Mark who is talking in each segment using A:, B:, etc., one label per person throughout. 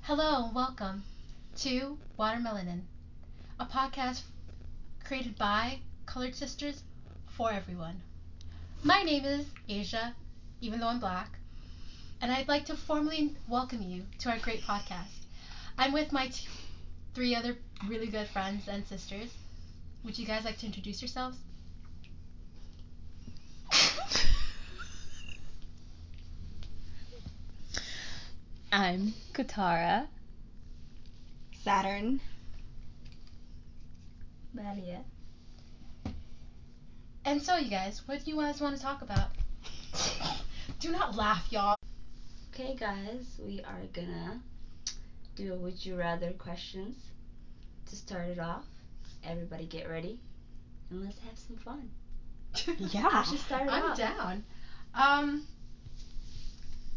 A: Hello and welcome to Watermelonin, a podcast created by Colored Sisters for everyone. My name is Asia, even though I'm black, and I'd like to formally welcome you to our great podcast. I'm with my t- three other really good friends and sisters. Would you guys like to introduce yourselves?
B: I'm Katara.
C: Saturn.
D: Maria.
A: And so, you guys, what do you guys want to talk about? do not laugh, y'all.
D: Okay, guys, we are gonna do a would you rather questions to start it off. Everybody get ready and let's have some fun.
C: Yeah.
D: Ashley, start it
A: I'm
D: off.
A: down. Um,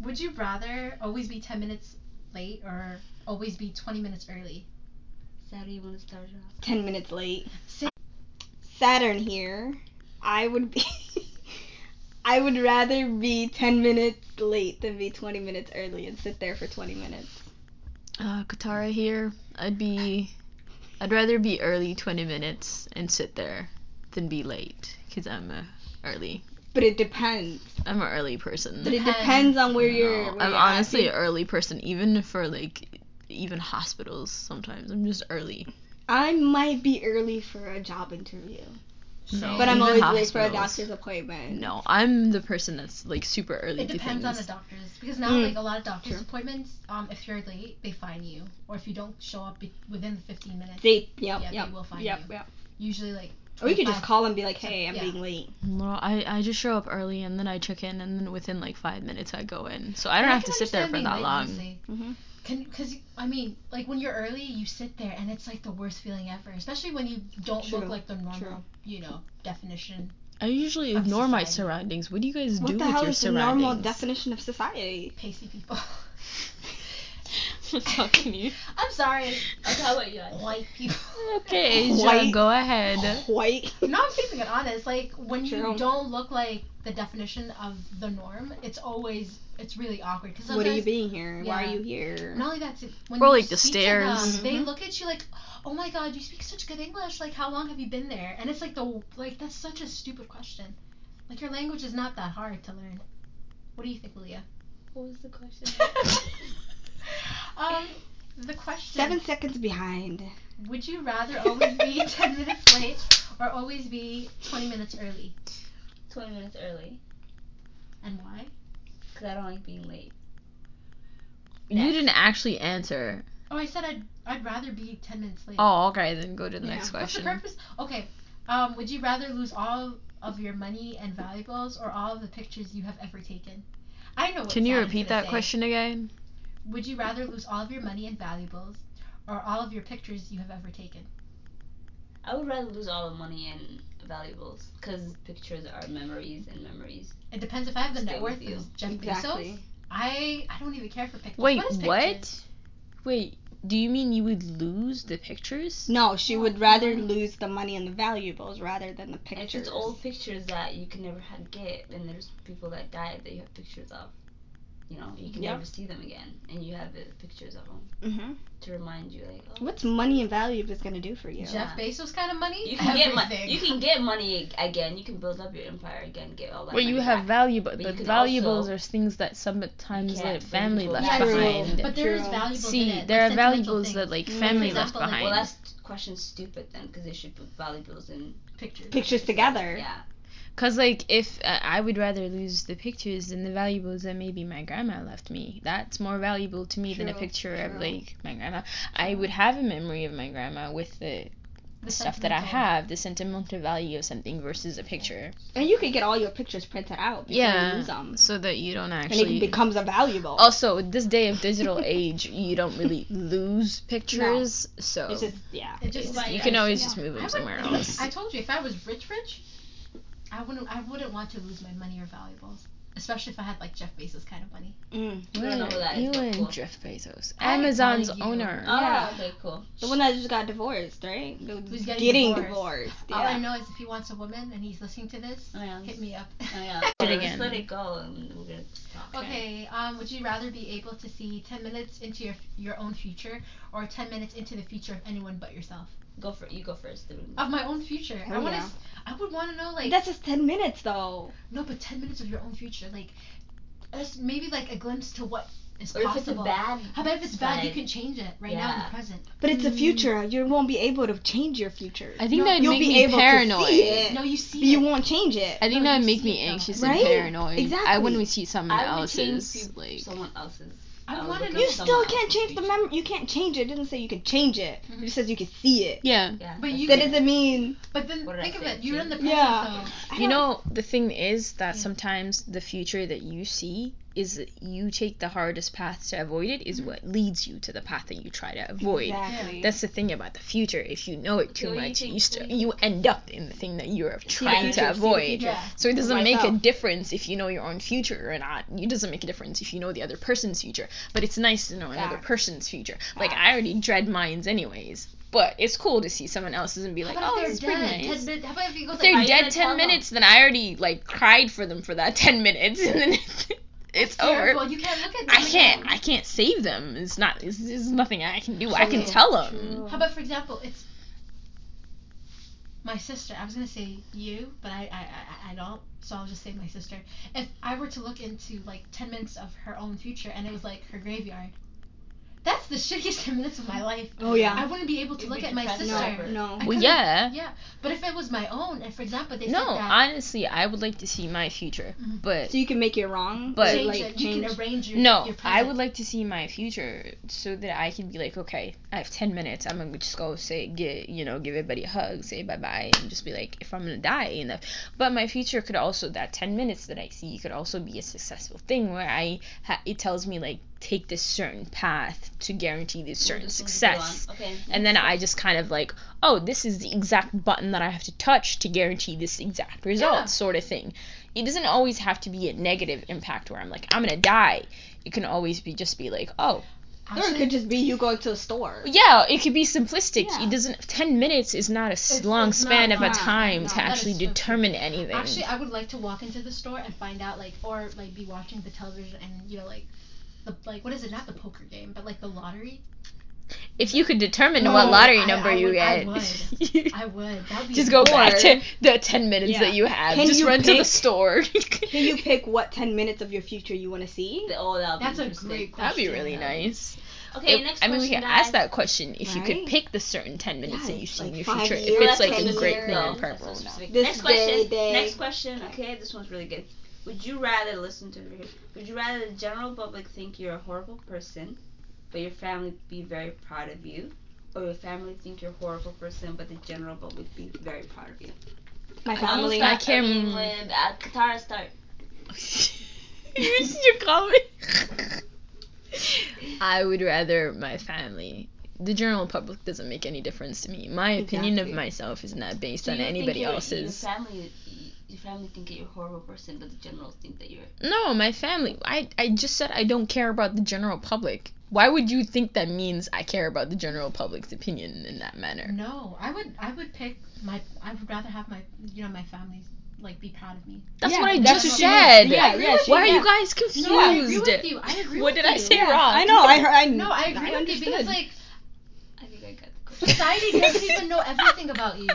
A: would you rather always be 10 minutes late or always be 20 minutes early?
D: Sarah, you wanna start it off?
C: 10 minutes late.
A: Sa-
C: Saturn here. I would be. I would rather be 10 minutes late than be 20 minutes early and sit there for 20 minutes.
B: Uh, Katara here. I'd be. I'd rather be early 20 minutes and sit there than be late because I'm a early.
C: But it depends.
B: I'm an early person.
C: But it
A: Depends.
C: depends on where
B: No,
C: you're. where
B: I'm
C: you're
B: honestly
C: at.
B: an early person, even for like even hospitals. Sometimes I'm just early.
C: I might be early for a job interview.
B: No,
C: But I'm
B: even
C: always late for a
B: hospitals.
C: doctor's appointment.
B: No, I'm the person that's like super early.
A: It
B: to
A: depends on the
B: things. Hmm.
A: doctors because now
C: Mm.
A: like a lot of doctors'
C: True.
A: appointments, um, if you're late, they fine you, or if you don't show up be- within the 15 minutes,
C: They, yep,
A: Yeah, they
C: yep,
A: will find
C: yep,
A: you.
C: yep.
A: usually like.
C: Or you could just
A: five-
C: call and be like, hey, I'm
A: Yeah.
C: being late.
B: No, I, I just show up early and then I check in and then within like five minutes I go in. So I
A: And
B: don't have
A: can
B: to sit there
A: understand
B: for
A: being
B: that
A: late,
B: long.
A: honestly.
C: Mm-hmm.
A: Can, cause I mean, like when you're early, you sit there and it's like the worst feeling ever, especially when you don't
C: True,
A: look like the normal,
C: true.
A: you know, definition.
B: I usually
A: of
B: ignore my
A: society.
B: surroundings. What do you guys
C: What
B: do
C: the
B: with
C: hell
B: your
C: is the normal
B: surroundings?
C: definition of society?
A: Pacey people.
B: Fucking you.
A: I'm sorry,
D: Okay, how about you?
A: white people.
B: Okay, Asia,
C: White.
B: go ahead.
C: White.
A: No, I'm keeping it honest. Like when
C: True.
A: you don't look like the definition of the norm, it's always it's really awkward. Because
C: What are you being here? Why
A: yeah.
C: are you here?
A: Not only that, it's- when
B: Or,
A: you
B: like, the
A: speak to them,
B: stairs. Mm-hmm.
A: they
C: Mhm.
A: look at you like, "Oh my God, you speak such good English. Like, how long have you been there?" And it's like the like that's such a stupid question. Like your language is not that hard to learn. What do you think, Leah?
D: What was the question?
A: um, the question.
C: Seven seconds behind.
A: Would you rather always be 10 minutes late or always be 20 minutes early?
D: 20 minutes early.
A: And why?
D: Because I don't like being late.
B: You didn't actually answer.
A: Oh, I said I'd, I'd rather be 10 minutes late.
B: Oh, okay, then go to the
C: Yeah.
B: next
A: What's the
B: question.
A: purpose? Okay. Um, would you rather lose all of your money and valuables or all of the pictures you have ever taken? I know what
B: Can you
A: Sarah's
B: repeat
A: gonna
B: that
A: say.
B: question again?
A: Would you rather lose all of your money and valuables or all of your pictures you have ever taken?
D: I would rather lose all the money and valuables because pictures are memories and memories.
A: It depends if I have the
D: Stay
A: net
D: with
A: worth
D: you.
A: of Jeff Bezos.
C: Exactly.
A: I I don't even care for pictures.
B: Wait,
A: what? Is pictures?
B: what? Wait, do you mean you would lose the pictures?
C: No, she
D: Oh,
C: would
D: yeah.
C: rather lose the money and the valuables rather than the
D: And
C: pictures.
D: if it's old pictures that you can never ha- get, and there's people that died that you have pictures of, you know, you can
C: Yep.
D: never see them again, and you have uh, pictures of them
C: hmm
D: to remind you, like, oh,
C: What's money and valuables gonna do for you?
A: Jeff Bezos kind of money?
D: you can get money.
A: Everything.
D: You can get money ag- again. You can build up your empire again. Get all that.
B: Well, you
D: money
B: have
D: back.
B: valuable,
D: But you
B: but
D: can
B: valuables
D: also-
B: are things that sometimes
D: You
B: that
D: can't
B: family
D: bring
B: left
A: people
C: back.
B: behind.
A: But there is
C: True.
A: valuables
B: See,
A: in it.
B: there
A: like
B: are
A: sentimental
B: valuables
A: things.
B: that like
C: Mm.
B: family
A: For
B: left
A: example, like-
B: behind.
D: Well, that's question stupid then, because they should put valuables in
A: pictures.
C: Pictures together.
D: Yeah.
B: Cause like if uh, I would rather lose the pictures than the valuables that maybe my grandma left me. That's more valuable to me than a
C: True,
B: picture of
C: true.
B: like my grandma. I would have a memory of my grandma with the,
A: The
B: stuff that I
A: sentimental.
B: have, the sentimental value of something versus a picture.
C: And you could get all your pictures printed out before you
B: Yeah,
C: lose them.
B: so that you don't
C: And it
B: actually.
C: becomes a valuable.
B: also, this day of digital age, you don't really lose pictures, so
C: It's just yeah.
A: It just
D: It's-
B: you
A: like-
B: can
D: I-
B: always
A: yeah.
B: just move
A: I
B: them
A: would-
B: somewhere else.
A: I told you if I was rich, rich, I wouldn't. I wouldn't want to lose my money or valuables, especially if I had like Jeff Bezos kind of money.
C: Mm.
D: I don't know who that is,
B: you
D: but
B: and
D: cool.
B: Jeff Bezos,
A: I value
B: Amazon's
A: you.
B: owner.
C: Yeah.
D: Oh, okay, cool.
C: The one that just got divorced, right? The-
A: Who's getting
C: divorced.
A: divorced.
C: Yeah.
A: All I know is if he
B: Uh,
A: wants a woman and he's listening to this,
D: Oh, yeah.
A: hit me up.
D: Oh, yeah.
B: Did
D: Let's
B: again.
D: let it go, and we're gonna talk.
A: Okay. Um, would you rather be able to see 10 minutes into your your own future or 10 minutes into the future of anyone but yourself?
D: Go for You go first. then we-
A: Of my own future. I
C: Oh,
A: want to.
C: yeah.
A: S- I would want to know like
C: That's just 10 minutes though.
A: no, but 10 minutes of your own future, like just maybe like a glimpse to what is
D: Or if it's a
A: possible.
D: bad.
A: How about if it's bad, you
D: Bad.
A: can change it right now in the
D: Yeah.
A: present.
C: But it's the
B: Mm.
C: future. You won't be able to change your future.
B: I think
A: No,
B: that'd
C: You'll
B: make
C: be
B: me
C: able
B: paranoid.
C: to see it.
A: No, you see.
C: but you
A: it.
C: won't change it.
B: I think
A: No, you
B: that'd make
A: see
B: me
A: it though.
B: anxious
C: Right?
B: and paranoid. I
C: Exactly.
B: wouldn't see someone
D: I would change
B: else's
D: peop-
B: like.
D: someone else's.
A: I
D: would
A: wanna
D: look at
A: know-
C: You
A: It's
D: someone
C: still can't
D: else's
C: change the
D: future.
C: mem. You can't change it. It doesn't say you can change it.
A: Mhm.
C: It just says you can see it.
B: Mm-hmm. Yeah.
D: Yeah.
A: But
D: that's
A: you
C: That
D: it.
A: can-
C: doesn't mean.
A: But then
D: What did I
A: think of
D: say?
A: it. You're in the present
C: Yeah. I
B: You
C: don't-
B: know, the thing is that
A: Yeah.
B: sometimes the future that you see is that you take the hardest path to avoid it is
A: Mhm.
B: what leads you to the path that you try to avoid.
C: Exactly.
B: That's the thing about the future. If you know it too
D: So you
B: much, you,
D: think
B: st-
D: we-
B: you end up in the thing that you're
C: the
B: trying
C: future, see
B: to
C: the
B: avoid.
C: future.
A: Yeah.
B: So it doesn't make a
C: Myself.
B: difference if you know your own future or not. It doesn't make a difference if you know the other person's future. But it's nice to know another
C: Facts.
B: person's future. Like
C: Facts.
B: I already dread mines anyways. But it's cool to see someone else's and be
A: How
B: like,
A: about
B: oh,
A: if
B: it's
A: they're
B: pretty
A: dead?
B: nice.
A: 10 minutes- How about if you go
B: If
A: to
B: they're
D: Are you
B: dead
D: gonna tell
B: ten
D: them?
B: minutes, then I already like cried for them for that ten minutes, and then it's, it's over.
A: Well, you can't look at them
B: I can't.
A: again.
B: I can't save them. It's not. It's, there's nothing I can do. I can
C: True.
B: tell them.
C: True.
A: How about, for example, it's my sister. I was gonna say you, but I I, I, I don't. So I'll just say my sister. If I were to look into like ten minutes of her own future, and it was like her graveyard, that's the shittiest ten minutes of my life.
C: Oh yeah.
A: I wouldn't be able to
D: You'd
A: look
D: be
A: at my
D: depressed
A: sister.
D: forever.
C: No. No.
A: I
B: Well,
A: couldn't-
B: yeah.
A: Yeah, but if it was my own, and for example, they
B: No,
A: said that.
B: honestly, I would like to see my future,
A: Mhm.
B: but
C: So you can make it wrong.
B: But-
C: or,
A: change
C: like
A: it.
C: change.
A: You can arrange your
B: no,
A: Your
B: I would
A: present.
B: like to see my future so that I can be like, okay, I have ten minutes. I'm gonna just go say, get, you know, give everybody a hug, say bye bye, and just be like, if I'm gonna die, and that. But my future could also that ten minutes that I see could also be a successful thing where I ha- it tells me like take this certain path to guarantee this
D: We're
B: certain
D: just supposed to go on.
B: success.
D: Okay.
B: And then I just kind of like, oh, this is the exact button that I have to touch to guarantee this exact result,
A: Yeah.
B: sort of thing. It doesn't always have to be a negative impact where I'm like, I'm gonna die. It can always be just be like, oh,
C: Or it could just be you going to a store.
B: yeah. It could be simplistic.
C: Yeah.
B: It doesn't. Ten minutes is not a s-
A: It's-
B: long
A: it's not
B: span of a
A: long.
B: time
C: No,
B: to
A: that is
B: actually
A: so true.
B: determine anything.
A: Actually, I would like to walk into the store and find out, like, or like be watching the television and you know, like, the like what is it? Not the poker game, but like the lottery.
B: if you could determine
A: No,
B: what lottery
A: I-
B: number
A: I
B: you
A: would- I
B: get,
A: I would. That would be
B: just go back
C: Or-
B: to the ten minutes
C: Yeah.
B: that you have.
C: Can
B: just
C: you
B: run to the
C: pick-
B: store.
C: Can you pick what 10 minutes of your future you want to see?
D: The- oh, that'll be
A: That's a
D: interesting.
A: great question.
B: That'd be really
A: though.
B: nice.
D: Okay,
B: It-
D: next
B: I
D: question.
B: mean, we can
D: guys.
B: ask that question if you could
C: Right?
B: pick the certain 10 minutes
C: Yeah,
B: that you
C: it's
B: see in
C: like
B: your
C: five
B: future.
C: years,
B: if it's like
C: ten
B: in great
C: years.
B: green
C: No,
B: and purple.
D: that's so
B: no.
D: specific.
C: This
D: next question.
C: day, day.
D: Next question. Okay, this one's really good. Would you rather listen to me? Would you rather the general public think you're a horrible person, but your family be very proud of you, or your family think you're a horrible person, but the general public be very proud of you?
C: My
D: I almost
C: family.
D: got-
B: I can't-
D: I mean, when, uh, Katara start.
B: you just your comment. I would rather my family. The general public doesn't make any difference to me. My opinion of
C: Exactly.
B: myself is not based
D: So
B: on
D: you think
B: anybody
D: you're-
B: else's.
D: Your family, your family think that you're a horrible person, but the generals think that you're.
B: No, my family. I, I just said I don't care about the general public. Why would you think that means I care about the general public's opinion in that manner?
A: No, I would. I would pick my. I would rather have my. You know, my family like be proud of me.
B: That's
C: Yeah,
B: what I
C: that's
B: just
C: what she means.
B: said.
C: Yeah, yeah, she-
B: Why are
C: yeah.
B: you guys confused?
A: No, I agree with you. I agree
B: What
A: with
B: did I
A: you.
B: say
C: Yeah,
B: wrong?
C: I know. I heard. I,
A: No, I agree
C: I
A: with you because
C: understood.
A: like
D: I think I got the question.
A: society doesn't even know everything about you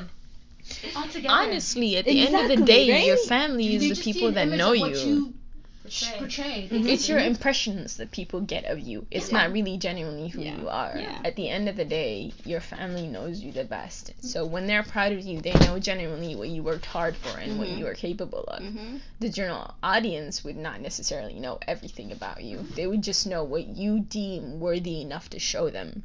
A: altogether.
B: Honestly, at the end of the
C: Exactly,
B: day,
C: right?
B: your family
A: They
B: is the
A: just see
B: people
A: an
B: that
A: image
B: know
A: of what
B: you. Mm.
A: you
D: Portray.
A: portray. They
C: Mhm.
A: just
B: It's your
A: see-
B: impressions that people get of you. It's
A: Yeah.
B: not really genuinely who
C: Yeah,
B: you are.
C: yeah.
B: At the end of the day, your family knows you the best. So when they're proud of you, they know genuinely what you worked hard for and what
C: Mhm.
B: you are capable of.
C: Mm-hmm.
B: the general audience would not necessarily know everything about you. They would just know what you deem worthy enough to show them.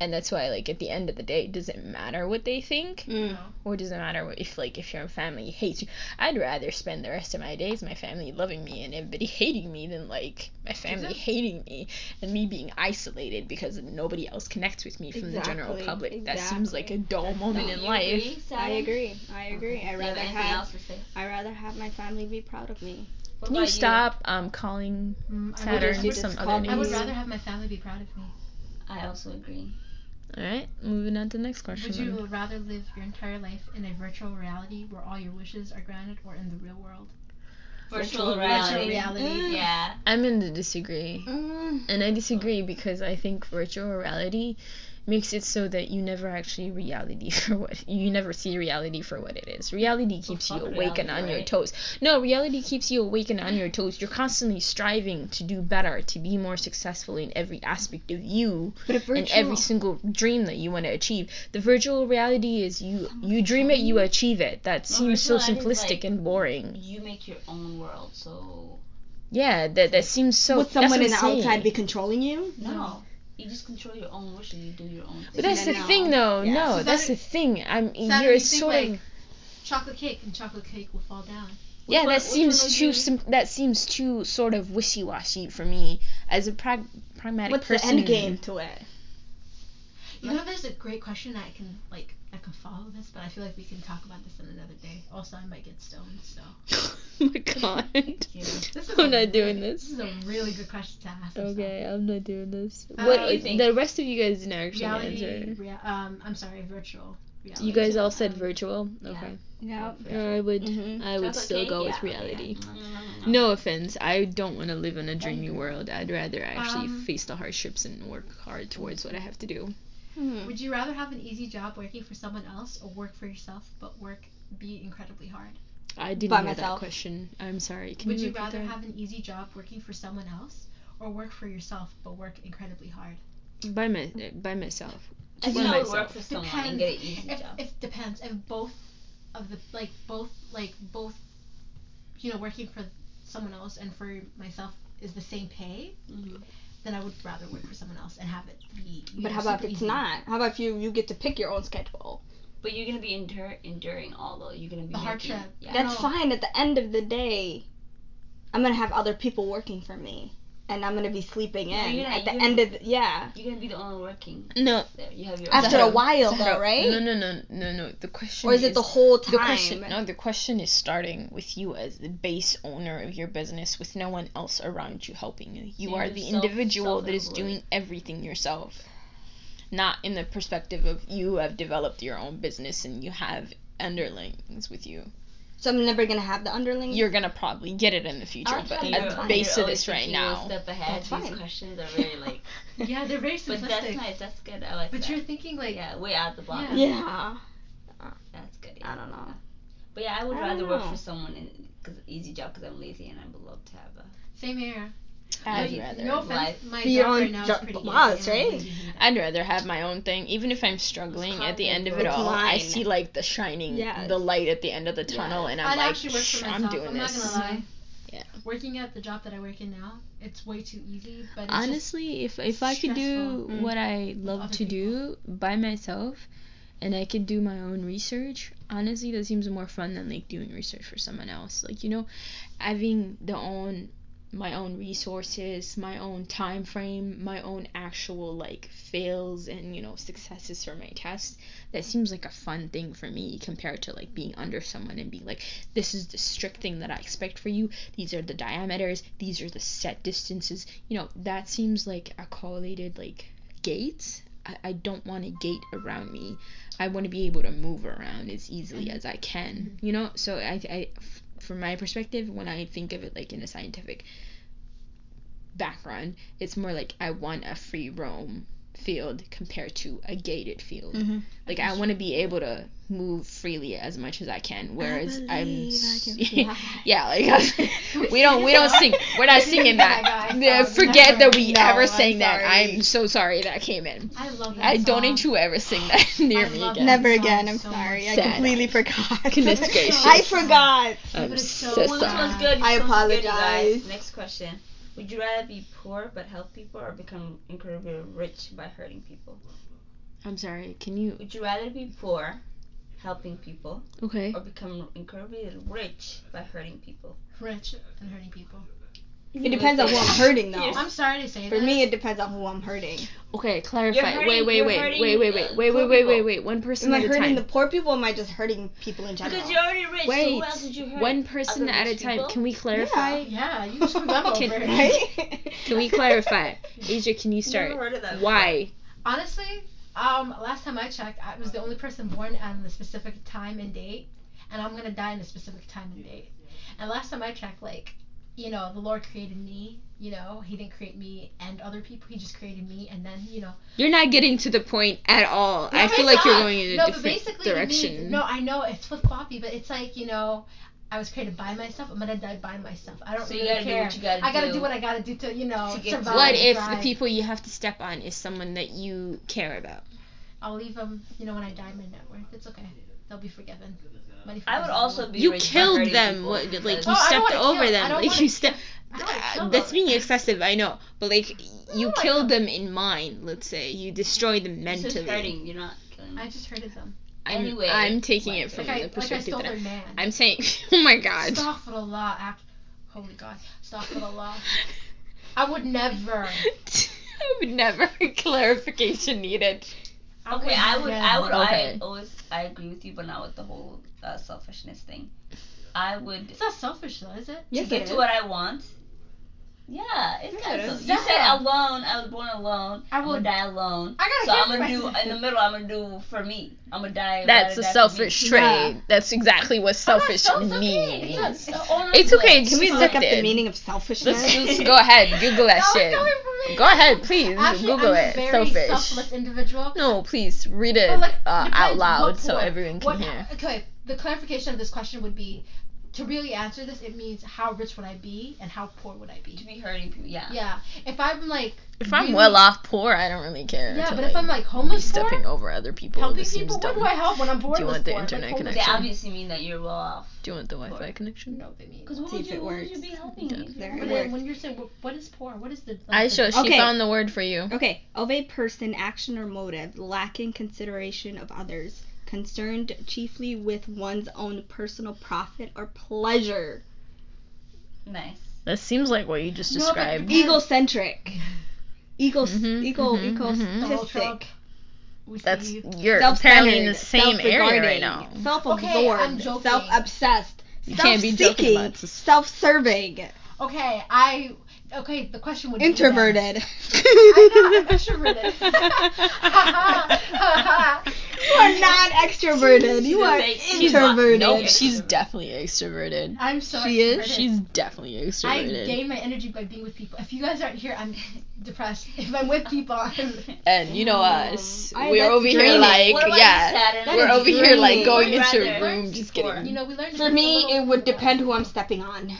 B: And that's why, like, at the end of the day, does it matter what they think?
C: Mm.
B: Or does it matter what- if, like, if your family hates you? I'd rather spend the rest of my days my family loving me and everybody hating me than, like, my family
A: Exactly.
B: hating me and me being isolated because nobody else connects with me from the general
C: Exactly,
B: public. That seems like a dull
D: Do
B: moment in
D: you
B: life.
D: agree,
C: I
D: Sally?
C: agree. I agree. I
D: You have
C: rather
D: anything
C: have.
D: else to say?
C: I rather have my family be proud of me.
D: What
B: Can
D: about
B: you stop um, calling
A: Mm, I would-
B: Saturn
A: I
C: you
A: would-
C: just
B: some other
C: called me-
A: I
B: names?
A: would rather have my family be proud of me.
D: I also agree.
B: All right, moving on to the next question.
A: Would you rather live your entire life in a virtual reality where all your wishes are granted or in the real world?
D: virtual,
A: Virtual
D: reality.
A: reality.
C: Mm.
D: Yeah.
B: I'm in the disagree.
C: Mm.
B: And I disagree because I think virtual reality makes it so that you never actually reality for what you never see reality for what it is. Reality keeps you
D: fuck
B: awake and
D: reality,
B: on your
D: right?
B: toes. No, reality keeps you awake and on your toes. You're constantly striving to do better, to be more successful in every aspect of you
C: But a virtual.
B: and every single dream that you want to achieve. The virtual reality is you you dream it, you achieve it. That
D: No,
B: seems so
D: virtual reality is
B: simplistic
D: like-
B: and boring.
D: You make your own world, so
B: Yeah, that that seems so
C: Would
B: that's
C: someone
B: what
C: in the
B: I'm saying.
C: outside be controlling you?
D: no. You just control your own wishes. You do your own thing.
B: Mm. But that's the
C: No.
B: thing, though.
C: Yeah.
B: No,
A: So
B: Oh, that's
A: that-
B: the thing. I'm
A: that
B: you're
A: makes me
B: sort of
A: like- Chocolate cake and chocolate cake will fall down.
B: yeah. that
D: one- which one
B: seems
D: would
B: too
D: you-
B: sim- that seems too sort of wishy washy for me as a prag- pragmatic
C: What's the
B: person.
C: end game to it?
A: You know, there's a great question I can like I can follow this, but I feel like we can talk about this in another day. Also, I might get stoned, so
B: oh my god.
D: Yeah.
A: this
B: I'm
A: a
B: not doing
A: really-
B: this.
A: This is a really good question to ask. yourself.
B: Okay, I'm not doing this.
A: Uh,
B: what
A: what do you
D: think?
B: the rest of you guys didn't actually
A: Reality,
B: answer.
A: rea- um, I'm sorry, virtual. Reality.
B: You guys all said
A: Um,
B: virtual.
D: yeah.
B: Okay.
C: No.
B: No, I would.
C: Mhm.
B: I would
D: Chocolate
B: still
D: cake?
B: go
D: Yeah, Mm-hmm.
B: with reality.
D: yeah. No, no, no, no.
B: No offense, I don't want to live in a dreamy world. I'd rather actually
A: Um,
B: face the hardships and work hard towards what I have to do.
C: Hmm.
A: Would you rather have an easy job working for someone else or work for yourself but work be incredibly hard?
B: I didn't
C: By
B: know that
C: myself.
B: question. I'm sorry. Can
A: Would you
B: repeat
A: rather
B: that?
A: have an easy job working for someone else or work for yourself but work incredibly hard?
B: by my by myself?
D: I
B: One
D: think I would
B: myself.
D: work for someone and get an easy
A: if,
D: job.
A: if depends if both of the like both like both you know working for someone else and for myself is the same pay,
D: Mhm.
A: then I would rather work for someone else and have it be. you
C: But
A: know,
C: how about
A: super
C: if it's
A: easy.
C: not? How about if you you get to pick your own schedule?
D: But you're gonna be endure enduring all though. You're gonna be
A: The
D: making-
A: hardship.
D: Yeah.
C: That's
A: No.
C: fine. At the end of the day, I'm gonna have other people working for me, and I'm gonna be sleeping
D: No,
C: in.
D: you're not-
C: At the
D: you're-
C: end of the, yeah.
D: You're gonna be the only working
B: No.
D: there. You have your
C: After
D: own.
C: a while,
B: Zahra,
C: though, right?
B: No, no, no, no, no. The question
C: Or is it the whole time?
B: the question? No, the question is starting with you as the base owner of your business, with no one else around you helping you. You
D: So
B: are
D: you're
B: the
D: self-
B: individual that is
D: self-employed.
B: doing everything yourself, not in the perspective of you have developed your own business and you have underlings with you.
C: So I'm never gonna have the underling.
B: You're gonna probably get it in the
D: I
B: future,
D: like
B: but
D: how
B: at
D: you're-
B: the
C: fine.
B: base
D: you're
B: of
D: always
B: this right
D: thinking one
B: now,
D: Step ahead.
C: That's
D: These
C: fine.
D: questions are very like.
A: Yeah, they're very
D: But
A: simplistic.
D: that's nice. That's good. I like
A: But
D: that.
A: you're thinking like
D: yeah, way out the box.
A: Yeah.
C: yeah.
D: That's good.
C: I don't know.
D: But yeah, I would
C: I don't
D: rather work
C: know.
D: for someone in cause easy job because I'm lazy and I would love to have a.
A: same here.
B: I'd
A: Like,
B: rather.
A: No offense,
D: Life.
A: my
C: Be
A: job
C: on
A: right now is
C: job-
A: pretty good.
C: wow, that's
A: and I
C: right.
A: really do that.
B: I'd rather have my own thing, even if I'm struggling. At the end of it
C: It's
B: all, I
C: mine.
B: see like the shining,
C: Yes.
B: the light at the end of the tunnel, and I'm
A: I'd
B: like,
A: actually work
B: "Shh,
A: for myself.
B: I'm doing
A: not
B: this.
A: gonna lie.
B: Yeah.
A: Working at the job that I work in now, it's way too easy. But it's just,
B: Honestly, if if I could do
A: stressful.
C: Mm.
B: what I love
A: Other
B: to do by myself, and I could do my own research, honestly, that seems more fun than like doing research for someone else. Like you know, having the own my own resources, my own time frame, my own actual like fails and you know successes for my tests. That seems like a fun thing for me compared to like being under someone and being like, this is the strict thing that I expect for you. These are the diameters. These are the set distances. You know that seems like a correlated like gates. I, I don't want a gate around me. I want to be able to move around as easily
C: Mm-hmm.
B: as I can. You know, so I, I f- from my perspective, when I think of it like in a scientific background, it's more like I want a free roam field compared to a gated field.
C: Mhm.
B: Like I want to be able to move freely as much as I can. Whereas I am
C: believe I can fly.
B: yeah, like we don't we don't sing. We're not singing that.
A: Oh my God,
B: Yeah,
A: I'm
B: forget
A: never-
B: that we
C: No,
B: ever
C: I'm
B: sang that.
C: sorry.
B: I'm so sorry that came in.
A: I love that
B: I don't
A: song.
B: need you ever sing that near
A: I
B: me
A: love
B: again.
A: that
C: Never
A: song
C: again. I'm
A: so
C: sorry.
A: much.
C: I
B: Sad.
C: completely forgot.
B: Goodness gracious.
C: I forgot.
B: I'm
A: But it's so
B: so
A: Well, this
D: Well, this
A: one's
B: sorry.
D: one's
A: good.
D: good.
C: I
D: This one's good, you
C: apologize.
D: guys. Next question. Would you rather be poor but help people or become incredibly rich by hurting people?
B: I'm sorry. Can you?
D: Would you rather be poor helping people
B: Okay.
D: or become incredibly rich by hurting people?
A: Rich and hurting people.
C: It depends on who I'm hurting, though.
A: I'm sorry to say
C: For
A: that.
C: me, it depends on who I'm hurting.
B: Okay. Clarify.
D: hurting-
B: wait. Wait.
D: you're
B: Wait.
D: hurting,
B: Wait. Wait. Wait.
D: uh,
B: Wait.
D: poor
B: Wait. Wait. Wait.
D: people.
B: Wait. One person
C: Am I
B: at a
C: hurting
B: time.
C: the poor people? Or am I just hurting people in general?
D: Because you're already rich. so
B: Wait.
D: who else would you hurt?
B: One person
D: Other
B: at a
D: rich
B: time.
D: people?
B: Can we clarify?
A: Yeah, you screwed them over.
B: Can-
C: right?
B: Can we clarify? Asia, can you
D: Never
B: start?
D: heard of that
B: Why?
A: Honestly, um, last time I checked, I was the only person born on the specific time and date, and I'm gonna die in a specific time and date. And last time I checked, like, you know, the Lord created me. You know, He didn't create me and other people. He just created me, and then you know.
B: You're not getting to the point at all.
A: No,
B: I
A: but
B: feel
A: it's
B: like you're
A: not.
B: going in a
A: no, but
B: different
A: basically to me,
B: direction.
A: no, I know it's flip floppy, but it's like you know, I was created by myself. I'm gonna die by myself. I don't
D: So you
A: really
D: gotta do
A: care.
D: what you gotta
A: I gotta
D: do
A: do what I gotta do to you know
D: to get to
A: survive.
B: what if
A: thrive.
B: the people you have to step on is someone that you care about?
A: I'll leave them. You know, when I die, my net worth. It's okay. They'll be forgiven. Money
D: I would
A: forgives
D: also
A: everyone.
D: be
B: You
D: raised by
B: killed
D: hurting
B: them.
D: people
B: What,
D: because-
B: like
A: Oh, I
B: you
A: don't
B: stepped
A: wanna
B: over
A: kill- I
B: them.
A: don't
B: Like
A: wanna
B: you stepped.
A: I don't wanna
B: Uh,
A: kill
B: that's
A: them.
B: being excessive, I know, but like you
A: No, I
B: killed
A: don't.
B: them in mind. Let's say you destroyed them
D: It's just
B: mentally.
D: hurting. You're not killing.
A: I just hurted them.
B: I'm,
D: Anyway,
B: I'm taking
D: like-
B: it from
A: Like I,
B: the
A: like I
B: perspective
A: stole
B: that
A: their man.
B: I, am saying. oh my god.
A: Astaghfirullah. Act. Holy God. Astaghfirullah. I would never.
B: I would never. Clarification needed.
D: Okay, I would, I would,
B: Okay.
D: I always, I agree with you, but not with the whole uh, selfishness thing. I would
A: It's not selfish though, is it?
D: to get to what I want. Yeah, it's
C: Yes,
D: kind
C: it
D: of.
C: is.
D: You said
A: Yeah.
D: alone. I was born alone.
A: I
D: I will
A: would-
D: die alone.
A: I gotta
D: so
A: care
D: I'm
A: for
D: gonna do
A: myself.
D: in the middle. I'm gonna do for me. I'm gonna die.
B: That's
D: rather
B: a
D: die for
B: selfish
D: me.
B: trait.
C: Yeah.
B: That's exactly what
A: I'm not
B: selfish
A: selfish, okay.
B: means.
A: It's not- it's all-
B: It's okay.
C: Can
B: just
C: we look up
B: accept
C: the
B: it.
C: meaning of selfishness?
B: Let's just go ahead. Google that
A: was
B: shit.
A: coming from me.
B: Go ahead, please.
A: Actually,
B: Google
A: I'm A
B: it.
A: very
B: Selfish.
A: selfless individual.
B: No, please read it
A: But, like,
B: uh, out
A: depends
B: loud
A: what
B: so
A: for.
B: everyone can
A: What-
B: hear.
A: Okay, the clarification of this question would be, to really answer this, it means how rich would I be and how poor would I
D: To
A: be?
D: be hurting people. Yeah.
A: Yeah. If I'm like.
B: If I'm
A: really-
B: well off, poor, I don't really care.
A: Yeah,
B: to,
A: but if I'm like homeless,
B: be
A: poor,
B: stepping over other people,
A: helping
B: this
A: people,
B: seems
A: what
B: dumb.
A: do I help when I'm born?
B: you
A: with
B: want the
A: poor? Like,
B: internet
A: homeless-
D: They
B: Actually.
D: obviously mean that you're well off.
B: Do you want the Wi-Fi connection?
A: No, they mean.
D: Because what
C: See
D: would
C: if
D: you,
C: it
D: what would you
C: works.
D: be helping?
B: Yeah.
D: me?
C: There.
A: But
C: It
A: then
C: works.
A: when you're saying wh- what is poor, what is the like,
B: I
A: the-
B: show. She
C: Okay.
B: found the word for you.
C: Okay, of a person, action, or motive lacking consideration of others, concerned chiefly with one's own personal profit or pleasure.
D: Nice.
B: That seems like what you just
A: No, but-
B: described.
C: Egocentric. Ego,
B: Mhm,
C: ego,
B: mhm, mhm.
A: the whole truck?
C: egotistic.
A: We
B: That's
A: see.
B: you're apparently in the same area right now.
A: Okay, I'm
C: Self-absorbed,
A: joking.
C: self-obsessed,
B: You can't be joking about
C: self-seeking,
B: this.
C: self-serving,
A: Okay, I. Okay, the question would. be then-
C: introverted.
A: I'm not. I'm extroverted.
C: You are not extroverted. You are
D: She's not-
C: introverted.
D: nope,
B: Nope, she's definitely extroverted.
A: I'm so.
C: She is?
A: extroverted.
B: She's definitely
A: I
B: extroverted.
A: gain my energy by being with people. If you guys aren't here, I'm depressed. If I'm with people, I'm.
B: and you know us.
C: I-
B: we're
C: that's
B: over here
C: draining.
B: like,
D: what about you,
B: yeah.
D: Saturn?
B: We're
C: is
B: over here like
C: draining.
B: going
D: I'd
B: into a
D: rather-
B: room just
D: Learn
B: getting.
A: You know, we learned.
C: For me, it would depend who I'm stepping on.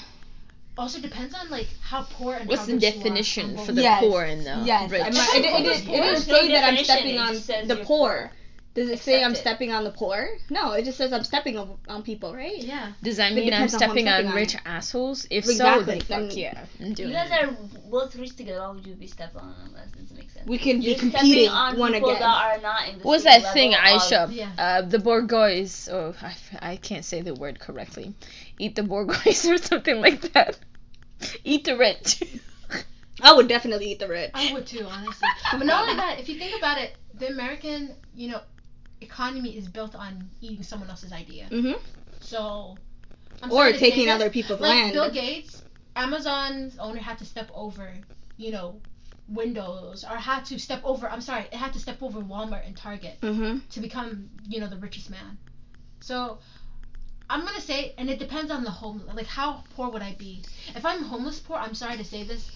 A: Also depends on like how poor and
B: What's
A: how
B: the
A: rich you are.
B: definition
A: I'm
B: for the
C: Yes,
B: poor and the
C: Yes,
B: rich?
C: I'm not, it, it, it, it doesn't
D: There's no
C: say that I'm
D: definition,
C: stepping
D: it
C: on
D: just says
C: the
D: you're
C: poor. Does it say
D: Accept
C: I'm
D: it.
C: stepping on the poor? No, it just says I'm stepping on, on people, right?
A: Yeah.
B: Does that
C: It
B: mean I'm
C: depends on who I'm
B: stepping on
C: stepping on.
B: rich assholes? If so,
C: Exactly,
B: then fuck
C: then-
B: yeah, I'm doing
D: You guys
B: it.
D: are both rich together. Why would you be stepping on them? That doesn't make sense.
C: We can be
D: You're
C: competing
D: stepping on
C: one
D: people
C: against.
D: that are not in the
B: What was
D: same
B: that thing
D: level
B: I
D: of-
B: showed?
A: Yeah.
B: Uh, the Borgois. Oh, I, I can't say the word correctly. Eat the Borgois or something like that. Eat the rich.
C: I would definitely eat the rich.
A: I would too, honestly. But not only that, if you think about it, the American, you know, economy is built on eating someone else's idea.
C: hmm
A: So, I'm
C: Or
A: sorry to say
C: taking
A: this,
C: other people's
A: like
C: land.
A: Bill Gates, Amazon's owner had to step over, you know, Windows or had to step over. I'm sorry, it had to step over Walmart and Target
C: hmm
A: to become, you know, the richest man. So I'm gonna say, and it depends on the home. Like, how poor would I be? If I'm homeless poor, I'm sorry to say this,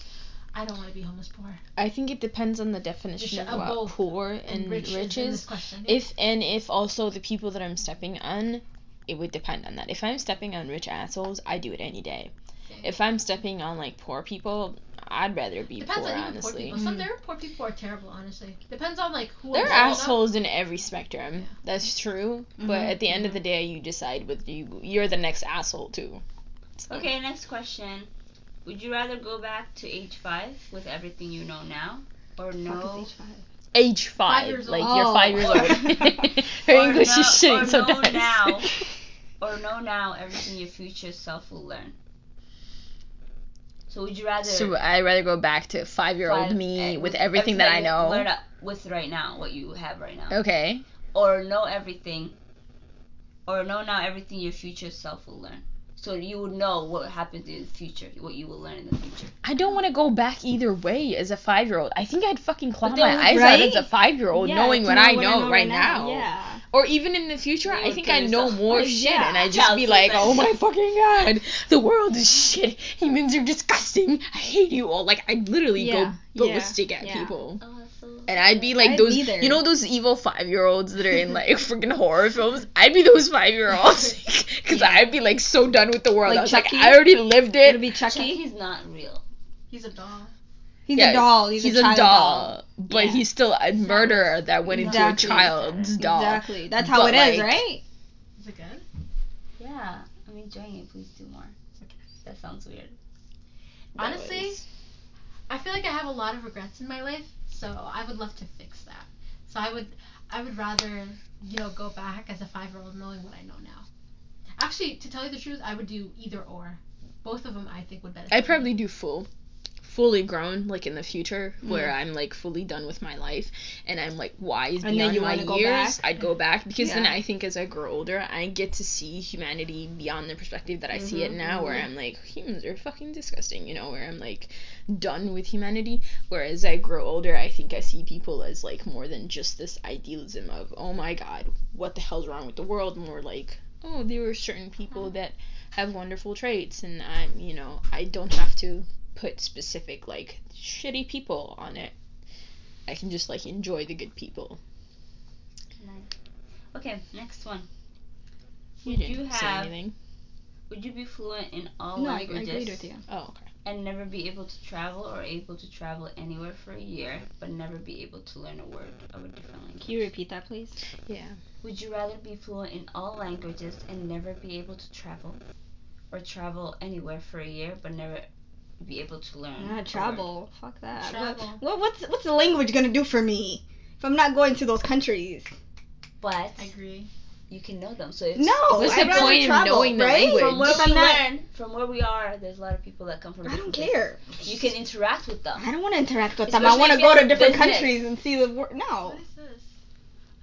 A: I don't want to be homeless poor.
B: I think it depends on the definition
A: Just
B: of what
A: above
B: poor
A: uh, And,
B: and
A: rich, is in
B: riches.
A: this question.
B: If and if also the people that I'm stepping on, it would depend on that. If I'm stepping on rich assholes, I do it any day.
A: Okay.
B: If I'm stepping on like poor people, I'd rather be
A: Depends
B: poor,
A: on even poor
B: honestly.
A: people. Some there are poor people who are terrible, honestly. Depends on like who.
B: There are
A: involved.
B: assholes in every spectrum.
A: Yeah. Mm-hmm.
B: That's true. But
C: Mhm,
B: at the end of the day, you decide whether you you're the next asshole too. So-
D: Okay, next question. Would you rather go back to age five with everything you know now, or no?
B: Age five,
A: years
B: like
C: old.
B: you're five years
D: Oh.
B: old. Her
D: Or
B: English
D: no-
B: is shitting
D: or no
B: sometimes.
D: now. Or know now everything your future self will learn? So would you rather
B: So I'd rather go back to five year old
D: five-
B: me
D: uh,
B: with everything that I
D: you learn
B: know.
D: up with right now, what you have right now,
B: Okay.
D: or know everything, or know now everything your future self will learn? So you would know what happens in the future, what you will learn in the future.
B: I don't want to go back either way as a five year old. I think I'd fucking claw
D: But
B: my
D: then-
B: eyes out
C: right?
B: as a five year old knowing what I know, right now.
C: Yeah.
B: Or even in the future,
D: You
B: I
D: would
B: think
D: kill
B: I know
D: yourself.
B: more
D: Yeah.
B: shit, and I
D: Yeah,
B: just be
D: it's
B: like,
D: like-
B: oh my fucking god, the world is shit. Humans are disgusting. I hate you all. Like I literally
C: Yeah,
B: go
C: yeah,
B: ballistic at
C: yeah.
B: people.
D: Oh, that's so
B: And I'd be like
C: I'd
B: those,
C: be there.
B: you know, those evil five year olds that are in like freaking horror films. I'd be those five year olds because
C: Yeah.
B: I'd be like so done with the world.
C: Like
B: I was
C: Chucky?
B: like, I already lived it.
C: It'll be Chucky.
D: Chucky's not real.
A: He's a doll.
C: He's
B: Yeah,
C: a doll. He's, a, child doll.
B: but
C: Yeah.
B: he's still a murderer that went into
C: Exactly.
B: a child's doll.
C: Exactly. That's how
B: But,
C: it is,
B: like-
C: right?
A: Is it good?
D: Yeah, I'm enjoying it. Please do more.
A: Okay.
D: That sounds weird.
B: That
A: Honestly,
B: was-
A: I feel like I have a lot of regrets in my life, so I would love to fix that. So I would, I would rather, you know, go back as a five-year-old knowing what I know now. Actually, to tell you the truth, I would do either or. Both of them, I think, would benefit.
B: I
A: me.
B: probably do full, fully grown, like in the future, where
C: Mm-hmm.
B: I'm like fully done with my life and I'm like wise
C: And then
B: beyond
C: you
B: my
C: wanna go
B: years.
C: back?
B: I'd go back because then
C: Yeah.
B: I think as I grow older, I get to see humanity beyond the perspective that I see it
C: Mm-hmm,
D: Mhm,
B: now, where
D: mhm.
B: I'm like humans are fucking disgusting, you know, where I'm like done with humanity. Whereas I grow older, I think I see people as like more than just this idealism of oh my god, what the hell's wrong with the world? More like oh, there are certain people that have wonderful traits and I'm, you know, I don't have to put specific like shitty people on it. I can just like enjoy the good people.
D: Okay, next one.
B: You
D: Would
B: didn't
D: you
B: say
D: have-
B: anything.
D: Would you be fluent in all
C: No, I, I
D: languages
C: agreed with you.
B: Oh, okay.
D: and never be able to travel or able to travel anywhere for a year but never be able to learn a word of a different language?
C: Can you repeat that, please?
B: Yeah.
D: Would you rather be fluent in all languages and never be able to travel or travel anywhere for a year but never be able to learn? a
C: Ah,
D: word?
C: travel. Fuck that.
A: Travel.
C: What, what, what's what's the language gonna do for me if I'm not going to those countries?
D: But
A: I agree.
D: you can know them. So it's
C: No,
B: What's
C: I'd
B: the
C: rather
B: point in
C: travel,
B: knowing the
C: right?
B: language?
D: From where
C: If I'm
D: we
C: not-
D: learn, from where we are, there's a lot of people that come from.
C: I don't
D: different
C: care.
D: places. You can interact with them.
C: I don't want to interact with them. I
D: Especially
C: want to
D: if you
C: go to
D: have
C: different
D: business.
C: countries and see the world. No.
A: What is this?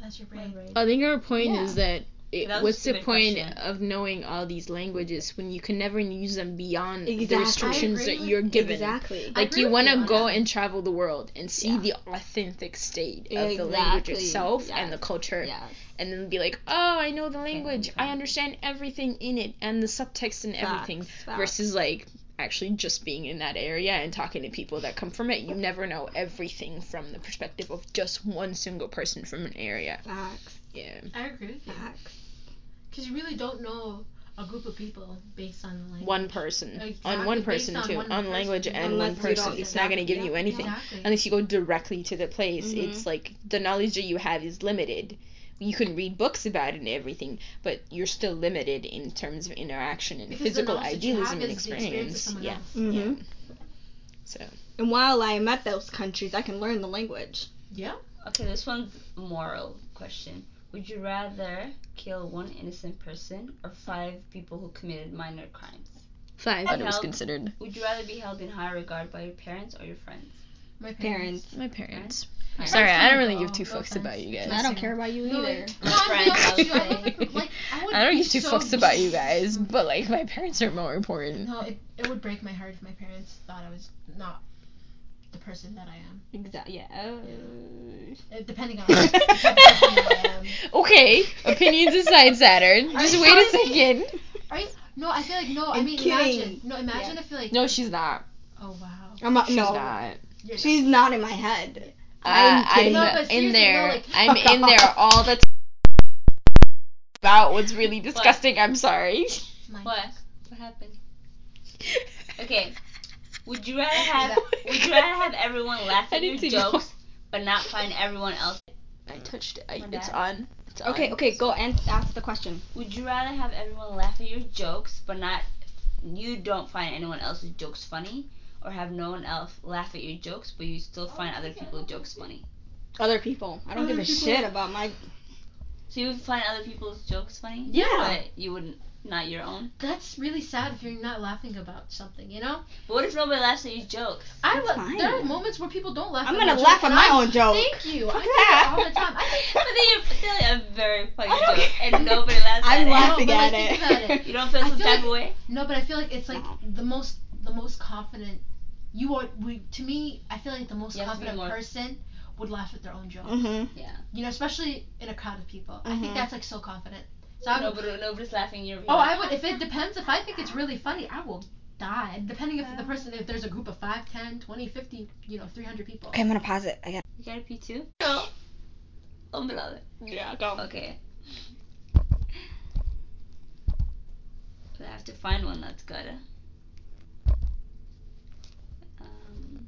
A: That's your brain.
B: I think our point
C: Yeah.
B: is that it,
D: That was a
B: what's the
D: stupid
B: point
D: question.
B: of knowing all these languages when you can never use them beyond
C: Exactly.
B: the
C: I
B: restrictions
A: agree
B: that
A: with-
B: you're given?
C: Exactly.
A: I
B: Like
A: agree
B: you
A: with
B: want
A: you
B: to
A: on
B: go
A: that.
B: and travel the world and see
C: Yeah.
B: the authentic state of the language
C: Exactly.
B: itself and the
C: Yes.
B: culture
C: Yes.
B: and then be like, oh, I know the language. I
D: okay.
B: understand everything in it and the subtext and everything.
C: Facts, facts.
B: Versus like actually just being in that area and talking to people that come from it. You never know everything from the perspective of just one single person from an area.
C: Facts.
B: Yeah.
A: I agree with you.
C: Facts.
A: Because you really don't know a group of people based on the language.
B: One person. On
A: Exactly,
B: one
A: based
B: person
A: on
B: too.
A: one
B: on
A: person.
B: language and one
C: Unless you
B: person.
C: don't-
B: It's not gonna give
C: yeah,
B: you
C: yeah.
B: anything.
A: Exactly.
B: unless you go directly to the place
C: Mhm.
A: Mm-hmm.
B: it's like the knowledge that you have is limited you can read books about it and everything but you're still limited in terms of interaction and
A: Because the
B: physical
A: knowledge that you have
B: idealism and
A: is the experience of
B: experience
A: someone
B: yeah
A: else. Mm-hmm.
C: Mhm.
B: Yeah. so
C: And while I am at those countries, I can learn the language.
A: Yeah.
D: Okay, this one's moral question. Would you rather kill one innocent person or five people who committed minor crimes?
B: five
D: What else?
B: considered
D: Would you rather be held in high regard by your parents or your friends?
A: My
C: Parents.
B: my parents
D: Parents.
B: sorry i don't really
A: Though,
B: give two
A: no
B: fucks
A: offense.
B: about you
A: Yes.
C: I
B: guys
C: don't care about you
A: No,
C: either.
A: no, I'm
D: Friends,
A: not
D: I would
A: you. I
D: say.
A: would- like, I, would
B: i don't
A: be
B: give two
A: so
B: fucks about you guys but like my parents are more important
A: No, it, it would break my heart if my parents thought I was not the person that I am.
C: Exactly. Yeah. Uh,
A: Uh, depending on
B: okay opinions aside saturn
A: Are
B: just
A: you
B: wait a
A: telling
B: second
A: right? No, I feel like no. i
C: I'm
A: mean, imagine.
C: kidding.
A: No, imagine if you're like.
B: no she's not
A: Oh wow.
C: I'm not,
B: she's
C: no.
B: not
A: You're
C: She's not in my head.
B: Uh,
C: I'm
B: I'm
C: kidding.
A: No, but seriously,
B: in
A: no,
B: there.
A: like-
B: I'm in there all the time. About what's really disgusting. I'm sorry.
A: mine.
D: What? What happened? Okay. Would you rather have Would you rather have everyone laugh
B: I
D: at your
B: didn't see that.
D: jokes but not find everyone else?
B: I touched it. I,
D: My
B: it's
D: bad.
B: on. It's
C: Okay,
B: on.
C: okay, go and ask the question.
D: Would you rather have everyone laugh at your jokes but not you don't find anyone else's jokes funny, or have no one else laugh at your jokes but you still find other people's jokes funny?
C: Other people. I don't
A: Other
C: give a
A: people.
C: shit about my.
D: So you would find other people's jokes funny?
C: Yeah.
D: But you wouldn't, not your own.
A: That's really sad if you're not laughing about something, you know?
D: But what if nobody laughs at your jokes?
A: I
C: It's
A: la-
C: fine.
A: there are moments where people don't laugh.
C: I'm
A: at
C: gonna
A: my
C: laugh
A: joke,
C: at
A: and
C: my
A: I'm-
C: own joke.
A: Thank you. I
C: Fuck
A: do that all
C: that.
A: the time. I think
D: but then you're feeling a very funny
C: I don't
D: joke,
C: care.
D: and nobody laughs
C: I'm
D: at
A: laugh-
C: laughing
A: but, like,
C: at
A: think about it.
C: it.
D: it. You don't feel
A: I
D: some
A: feel
D: type
A: like-
D: of way?
A: No, but I feel like it's like
C: No.
A: the most the most confident you are we, to me I feel like the most
D: You have to be
A: confident
D: more-
A: person would laugh at their own joke.
C: Mhm.
D: Yeah.
A: You know, especially in a crowd of people. I think
C: Mhm.
A: that's like so confident. So I would,
D: Nobody, nobody's laughing. You're.
A: oh, I would. If it depends, if I think it's really funny, I will die. Depending if the
C: Um.
A: person, if there's a group of 5, 10, 20, 50, you know, 300 people.
C: Okay, I'm gonna pause it. I got.
D: You gotta pee too. No. Un velado.
C: Yeah, go.
D: Okay. But I have to find one that's good. Um,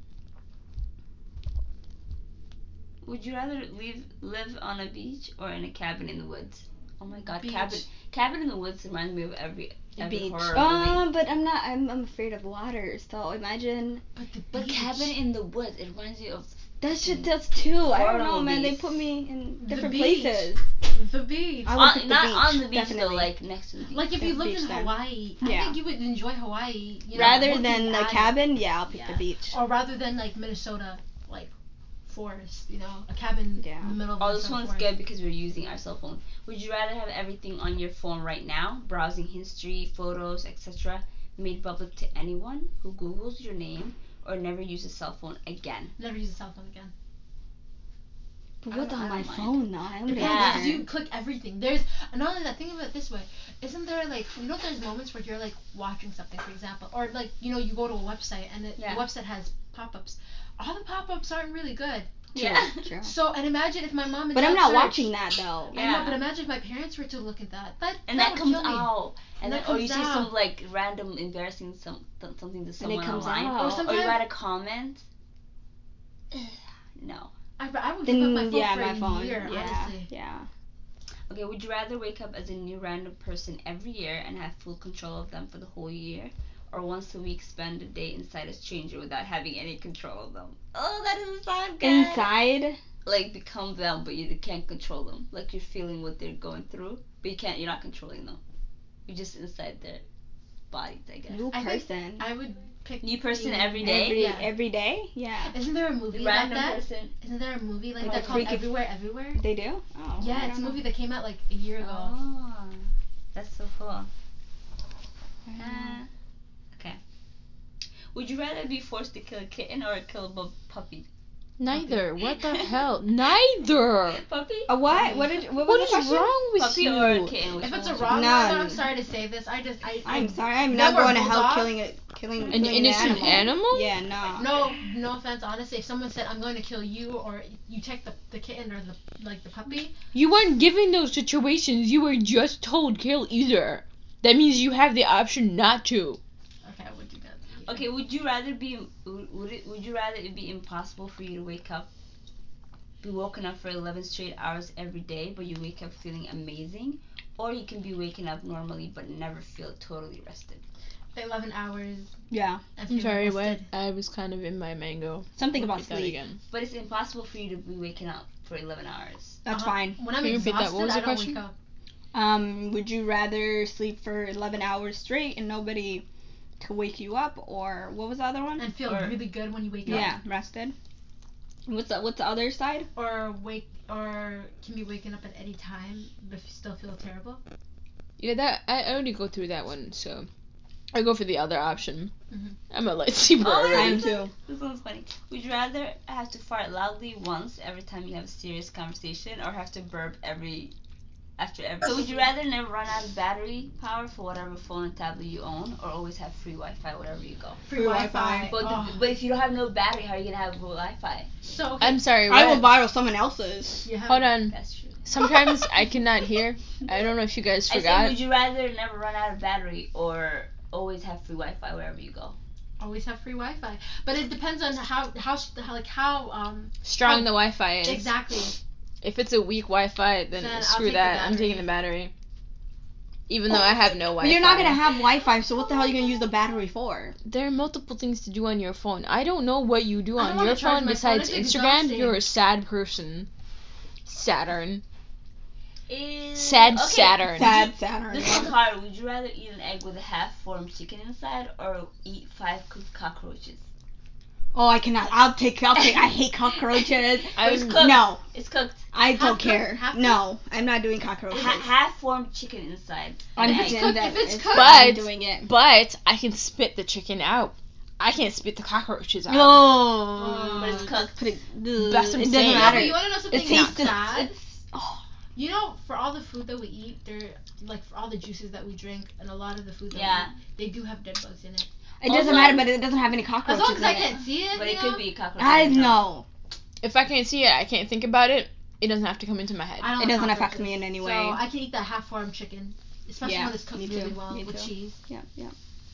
D: would you rather live live on a beach or in a cabin in the woods? Oh my god, cabin
A: Beach.
D: cabin in the woods reminds me of every every
C: Beach.
D: horror
C: Um,
D: movie.
C: but I'm not. I'm, I'm afraid of water. So imagine.
A: But the
D: But
A: beach-
D: cabin in the woods, it reminds you of
C: That shit does too. I don't know,
D: Horrible
C: man. They
D: beast.
C: put me in
A: Mm. The
C: different
A: beach.
C: places.
A: the beach.
C: I would
D: on,
C: pick the
D: not on
C: beach,
D: the beach though,
C: definitely.
D: like next to the beach.
A: Like if you
C: the
A: lived
C: beach
A: in
C: then.
A: Hawaii, I
C: Yeah.
A: think you would enjoy Hawaii. You know,
C: Rather
A: looking
C: than the
A: at it.
C: cabin, yeah, I'll pick
A: Yeah.
C: the beach.
A: Or rather than like Minnesota, like forest, you know, a cabin
C: Yeah.
A: in the middle of
D: Oh, this
A: Minnesota
D: one's
A: forest.
D: good because we're using our cell phone. Would you rather have everything on your phone right now, browsing history, photos, etc., made public to anyone who Googles your name, or never use a cell phone again?
A: Never use a cell phone again.
C: But
D: I
C: what's
D: don't- I
C: on my
D: don't mind.
C: phone though? I'm gonna.
A: Yeah,
D: Yeah.
A: because you click everything. There's another that think of it this way. Isn't there like you know there's moments where you're like watching something, for example, or like you know you go to a website and it,
D: Yeah.
A: the website has pop-ups. All the pop-ups aren't really good.
D: Yeah.
C: True, true.
A: So and imagine if my mom and
C: But
A: dad
C: I'm not
A: searched-
C: watching that though.
A: I know,
D: Yeah.
A: but imagine if my parents were to look at that. That
D: And
A: that,
D: that,
A: would
D: comes
A: kill me.
D: out,
A: And
D: and, then
A: that
D: or you
A: comes
D: see some
A: out.
D: like random embarrassing some th- something to someone
C: comes
D: online,
C: out. Or
D: or you
A: sometimes-
D: write a comment. Ugh, no.
A: I, I would give up my
C: Then
A: phone
C: yeah,
A: for
C: my
A: a
C: phone.
A: year,
C: yeah,
A: honestly.
C: yeah.
D: Okay, would you rather wake up as a new random person every year and have full control of them for the whole year? Or once a week spend a day inside a stranger without having any control of them? Oh, that doesn't sound good.
C: Inside.
D: Like become them, but you can't control them. Like you're feeling what they're going through, but you can't. You're not controlling them. You're just inside their bodies, I guess.
C: New
A: I think
C: person.
A: I would pick
D: New person
A: being-
D: every day?
C: Every
A: Yeah.
C: every day. Yeah.
A: Isn't there a movie like
D: Random
A: that?
D: person.
A: Isn't there a movie like
D: Like
A: that
D: the
A: called
C: freak of-
A: Everywhere Everywhere?
C: They do. Oh. I
A: Yeah, it's
C: don't
A: a
C: know.
A: movie that came out like a year ago.
D: Oh, that's so cool.
C: I
A: Mm-hmm.
C: don't know.
D: Uh, okay. Would you rather be forced to kill a kitten or kill a bu- puppy?
B: Neither. What the hell? Neither.
D: Puppy?
C: A Uh,
A: Mm-hmm.
C: what? What did? What was
B: What
C: the
B: is
C: question?
B: wrong with
D: puppy
B: you?
D: or a kitten? Which
A: If it's
D: one
A: a
D: would you-
A: wrong one,
C: None.
A: I'm sorry to say this. I just I
C: I'm sorry. I'm
A: Now
C: not
A: we're
C: going to hell
A: bulldog?
C: killing a killing
B: An
C: killing
B: innocent animal?
C: Yeah, no.
A: No, no offense. Honestly, if someone said I'm going to kill you or you take the, the kitten or the like the puppy,
B: You weren't given those situations. You were just told kill either. That means you have the option not to.
A: okay, I would do that.
D: Okay, would you rather be would would it, would you rather it be impossible for you to wake up, be woken up for eleven straight hours every day, but you wake up feeling amazing, or you can be waking up normally but never feel totally rested?
A: The 11 hours.
C: Yeah.
A: and
B: I'm
A: feeling
B: sorry, what?
A: rested.
B: I was kind of in my mango.
C: Something about
B: Repeat that
C: sleep.
B: again.
D: But it's impossible for you to be waking up for eleven hours.
C: That's
A: Uh-huh.
C: fine.
A: When I'm
B: Can you repeat
A: exhausted,
B: that? What was
A: I
B: the
A: don't
B: question?
A: wake up.
C: Um, would you rather sleep for 11 hours straight and nobody to wake you up, or what was the other one?
A: And feel
D: Or-
A: really good when you wake up.
C: Yeah, rested. What's the What's the other side?
A: Or wake or can be waken up at any time but still feel terrible.
B: Yeah, that I I already go through that one, so I go for the other option.
A: Mhm.
B: I'm a light sleeper.
D: Oh,
B: already.
D: yeah.
C: I'm too.
D: This one's funny. Would you rather have to fart loudly once every time you have a serious conversation, or have to burp every after every? So would you rather never run out of battery power for whatever phone and tablet you own, or always have free Wi-Fi wherever you go?
A: Free,
C: Free
A: Wi-Fi.
C: Wi-Fi.
D: But,
A: Oh,
D: but if you don't have no battery, how are you gonna have Wi-Fi?
A: so okay.
B: I'm sorry.
C: I will
B: what?
C: borrow someone else's.
A: You have-
B: Hold on.
D: That's true.
B: Sometimes I cannot hear. I don't know if you guys
D: I said,
B: forgot.
D: would you rather never run out of battery or always have free Wi-Fi wherever you go?
A: always have free Wi-Fi, but it depends on how how, sh- how like how um
B: Strong the Wi-Fi is.
A: exactly.
B: If it's a weak Wi-Fi, then,
A: Then I'll
B: screw
A: take the
B: that. I'm
A: battery.
B: taking the battery. Even though I have no Wi-Fi.
C: But you're not gonna have Wi-Fi, so what the hell are you gonna use the battery for?
B: There are multiple things to do on your phone. I don't know what you do
A: I don't
B: on
A: wanna
B: your
A: charge
B: phone
A: my phone.
B: besides
A: It's
B: Instagram.
A: exhausting.
B: You're a sad person. Saturn. Sad Saturn.
C: Sad Saturn.
D: This one's hard. Would you rather eat an egg with a half-formed chicken inside, or eat five cooked cockroaches?
C: Oh, I cannot. I'll take. I'll take. I hate cockroaches.
B: I
D: It's
B: would-
D: cooked.
C: No,
D: It's cooked.
C: I don't
A: cooked,
C: care.
A: half
C: No, I'm not doing
D: It
C: cockroaches.
D: ha- half formed chicken inside.
C: I'm
D: An egg.
A: cooked, if it's cooked.
C: I'm
B: But-
C: doing it.
B: But I can spit the chicken out. I can't spit the cockroaches out.
C: Oh.
D: But
B: Mm.
D: it's cooked.
C: Put it, ugh,
B: That's what I'm
C: it doesn't
B: saying.
A: No,
C: matter.
A: but you want to know something
C: tastes- it's-
A: sad?
C: Oh.
A: You know, for all the food that we eat, they're like for all the juices that we drink and a lot of the food that
D: Yeah.
A: we eat, they do have dead bugs in it.
C: It doesn't
D: Also-
C: matter, but it doesn't have any
A: As
C: cockroaches.
A: long as I
C: in
A: can't see it,
D: But
A: you
D: it
A: know?
D: could be cockroaches.
C: I know.
B: If I can't see it, I can't think about it. It doesn't have to come into my head.
A: I don't
C: It
A: like
C: doesn't affect
A: cockroaches.
C: me in any way.
A: So I can eat that half-farmed chicken, especially
C: Yeah,
A: when it's cooked
C: me
A: really
C: too,
A: well
C: me
A: with
C: too.
A: cheese.
C: Yep, yep.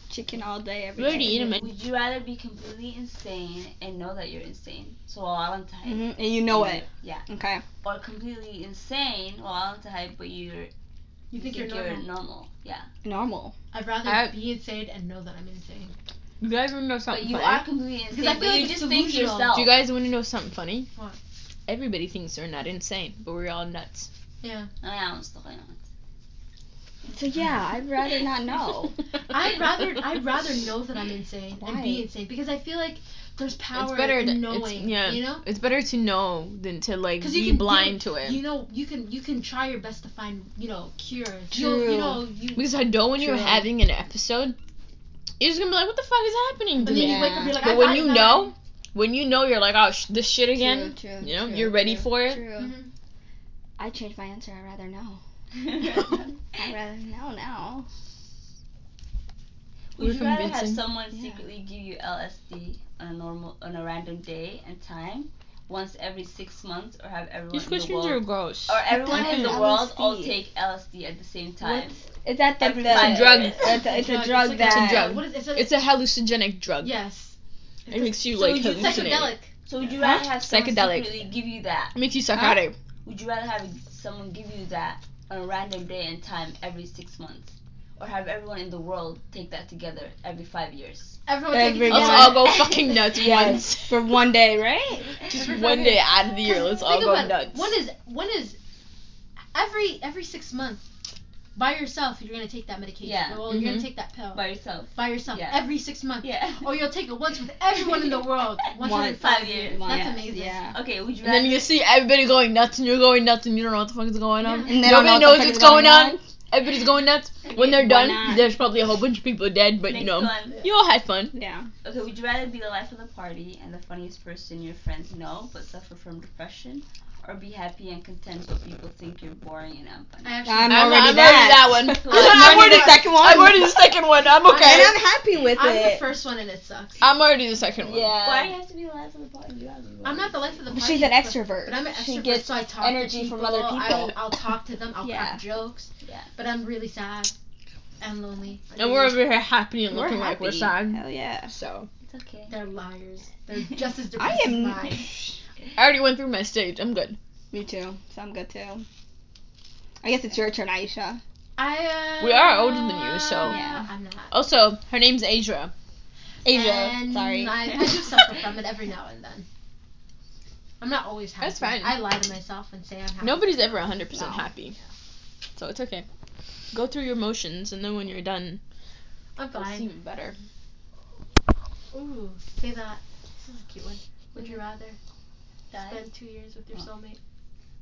C: Chicken all day, every
B: We already eat them.
D: Would you rather be completely insane and know that you're insane, so while on type,
C: hmm And you know it.
D: Yeah.
C: Okay.
D: or completely insane while on type, but you're
A: You think, you're normal?
D: Yeah.
C: Normal.
A: I'd rather
B: I-
A: be insane and know that I'm insane.
B: You guys wanna know
D: But
C: Oh,
B: something
D: you
B: funny?
D: are completely
A: I
D: insane.
A: feel
D: but
A: like
D: you
A: it's
D: just think
A: delusional.
D: yourself.
B: Do you guys wanna know something funny?
A: What?
B: Everybody thinks they're not insane, but we're all nuts.
A: Yeah.
D: I mean, I don't Oh, still know.
C: So yeah, I'd rather not know.
A: I'd rather I'd rather know that I'm insane and
C: Why?
A: be insane because I feel like there's power
B: it's better to
A: in
B: know.
A: knowing.
B: yeah,
A: You know.
B: it's better to know than to like
A: Because
B: be
A: you can
B: blind
A: you,
B: to it.
A: You know, you can you can try your best to find you know cures. You'll, you
C: True.
A: know you.
B: because I know when you're
C: True.
B: having an episode, you're just gonna be like, "What the fuck is happening?"
A: but
B: To
A: then
B: me?
A: you wake up, you're like,
B: But
A: I
B: when
A: thought
B: you
A: that-
B: know, when you know, you're like, "Oh, sh- this shit
C: True,
B: again."
C: true,
B: you know,
C: true,
B: you're ready
C: true,
B: for it.
C: True.
A: Mhm.
C: I changed my answer. I'd rather know. I'd
D: Would
C: rather know now.
B: We're
D: you rather have
B: convincing.
D: someone
C: Yeah.
D: secretly give you LSD on a normal on a random day and time once every six months, or have everyone
B: These
D: in the
B: questions are
D: world
B: gross.
D: or everyone in the
C: What
D: world
C: is
D: all
C: LSD?
D: take LSD at the same time?
C: Is that the,
D: Every
C: the-
D: five
B: drug.
D: years.
C: It's a, it's a drug
A: like
C: that.
B: It's a drug.
A: What is it's a,
B: It's a hallucinogenic drug.
A: yes.
B: It makes you
D: So
B: like
D: would you
B: hallucinate.
A: Psychedelic.
D: So would you
B: Huh?
D: rather have someone
B: Psychedelic. Mm.
D: secretly give you that?
B: It makes you psychotic.
D: Would you rather have someone give you that on a random day and time every six months, or have everyone in the world take that together every five years?
A: Everyone
C: Every
A: taking
B: Let's
C: Yeah.
B: all go fucking nuts
C: Yes,
B: once.
C: for one day, right?
B: Just one day out of the year, let's all
A: Think
B: go
A: about it.
B: nuts.
A: One is one is every every six months by yourself. You're gonna take that medication.
D: Yeah.
A: Well, you're
B: Mhm.
A: gonna take that pill
D: By yourself.
A: by yourself
D: Yeah.
A: every six months.
D: Oh, Yeah.
A: Or you'll take it once with everyone in the world. Once,
C: Once.
A: every five
D: Five
A: years.
D: years.
A: That's
D: Yeah.
A: amazing.
C: Yeah.
D: Okay, would you
B: and then
D: rather?
B: you see everybody going nuts, and you're going nuts, and you don't know what the fuck is going on.
A: Yeah.
C: And they don't
B: Nobody
C: know what
B: knows
C: the
B: what's
C: fuck is
B: going
C: going
B: on.
C: on.
B: Everybody's going nuts. When they're
C: Why
B: done,
C: not?
B: there's probably a whole bunch of people dead, but
D: Next
B: you know,
D: one.
B: you all had fun.
C: Yeah.
D: Okay, would you rather be the life of the party and the funniest person your friends know but suffer from depression, or be happy and content but people think you're boring and
A: I
D: unfunny?
A: actually.
C: I'm,
B: I'm,
C: already
B: I'm
C: that.
B: already that one. I'm,
D: I'm
C: already
B: already
C: the second one.
B: I'm already the second one. I'm
C: And
B: okay.
C: I'm happy with
A: I'm
C: it.
A: the first one and it sucks.
B: I'm already the second one.
C: Yeah.
D: Why do you have to be the life of the party? You have to be
A: I'm not the life of the
C: But
A: party.
C: she's an
A: but-
C: extrovert.
A: But I'm an extrovert,
C: She gets
A: so I talk
C: energy
A: to
C: from other
A: I'll,
C: people.
A: I'll talk to them. I'll
C: Yeah.
A: crack jokes.
D: Yeah.
A: But I'm really sad and lonely.
B: And we're over here happy and
C: We're
B: looking like we're
C: happy.
B: sad.
C: Hell yeah.
B: So
D: It's okay.
A: They're liars. They're just as
C: I
A: depressed
C: am.
A: as mine.
B: I already went through my stage. I'm good.
C: Me too. So I'm good too. I guess it's your turn, Aisha.
A: I, uh,
B: We are older than you, so- Oh,
A: Yeah,
C: Yeah.
A: I'm not.
B: Also, her name's Asia.
C: Asia,
A: And
C: sorry.
A: I, I do suffer from it every now and then. I'm not always happy.
B: That's fine.
A: I lie to myself and say I'm happy.
B: Nobody's ever 100%
C: No.
B: happy. So it's okay. Go through your emotions, and then when you're done,
A: I'm
B: you'll
A: fine.
B: seem better.
A: Ooh, say that. This is a cute one. Would you rather spend two years with your
B: Oh.
A: soulmate?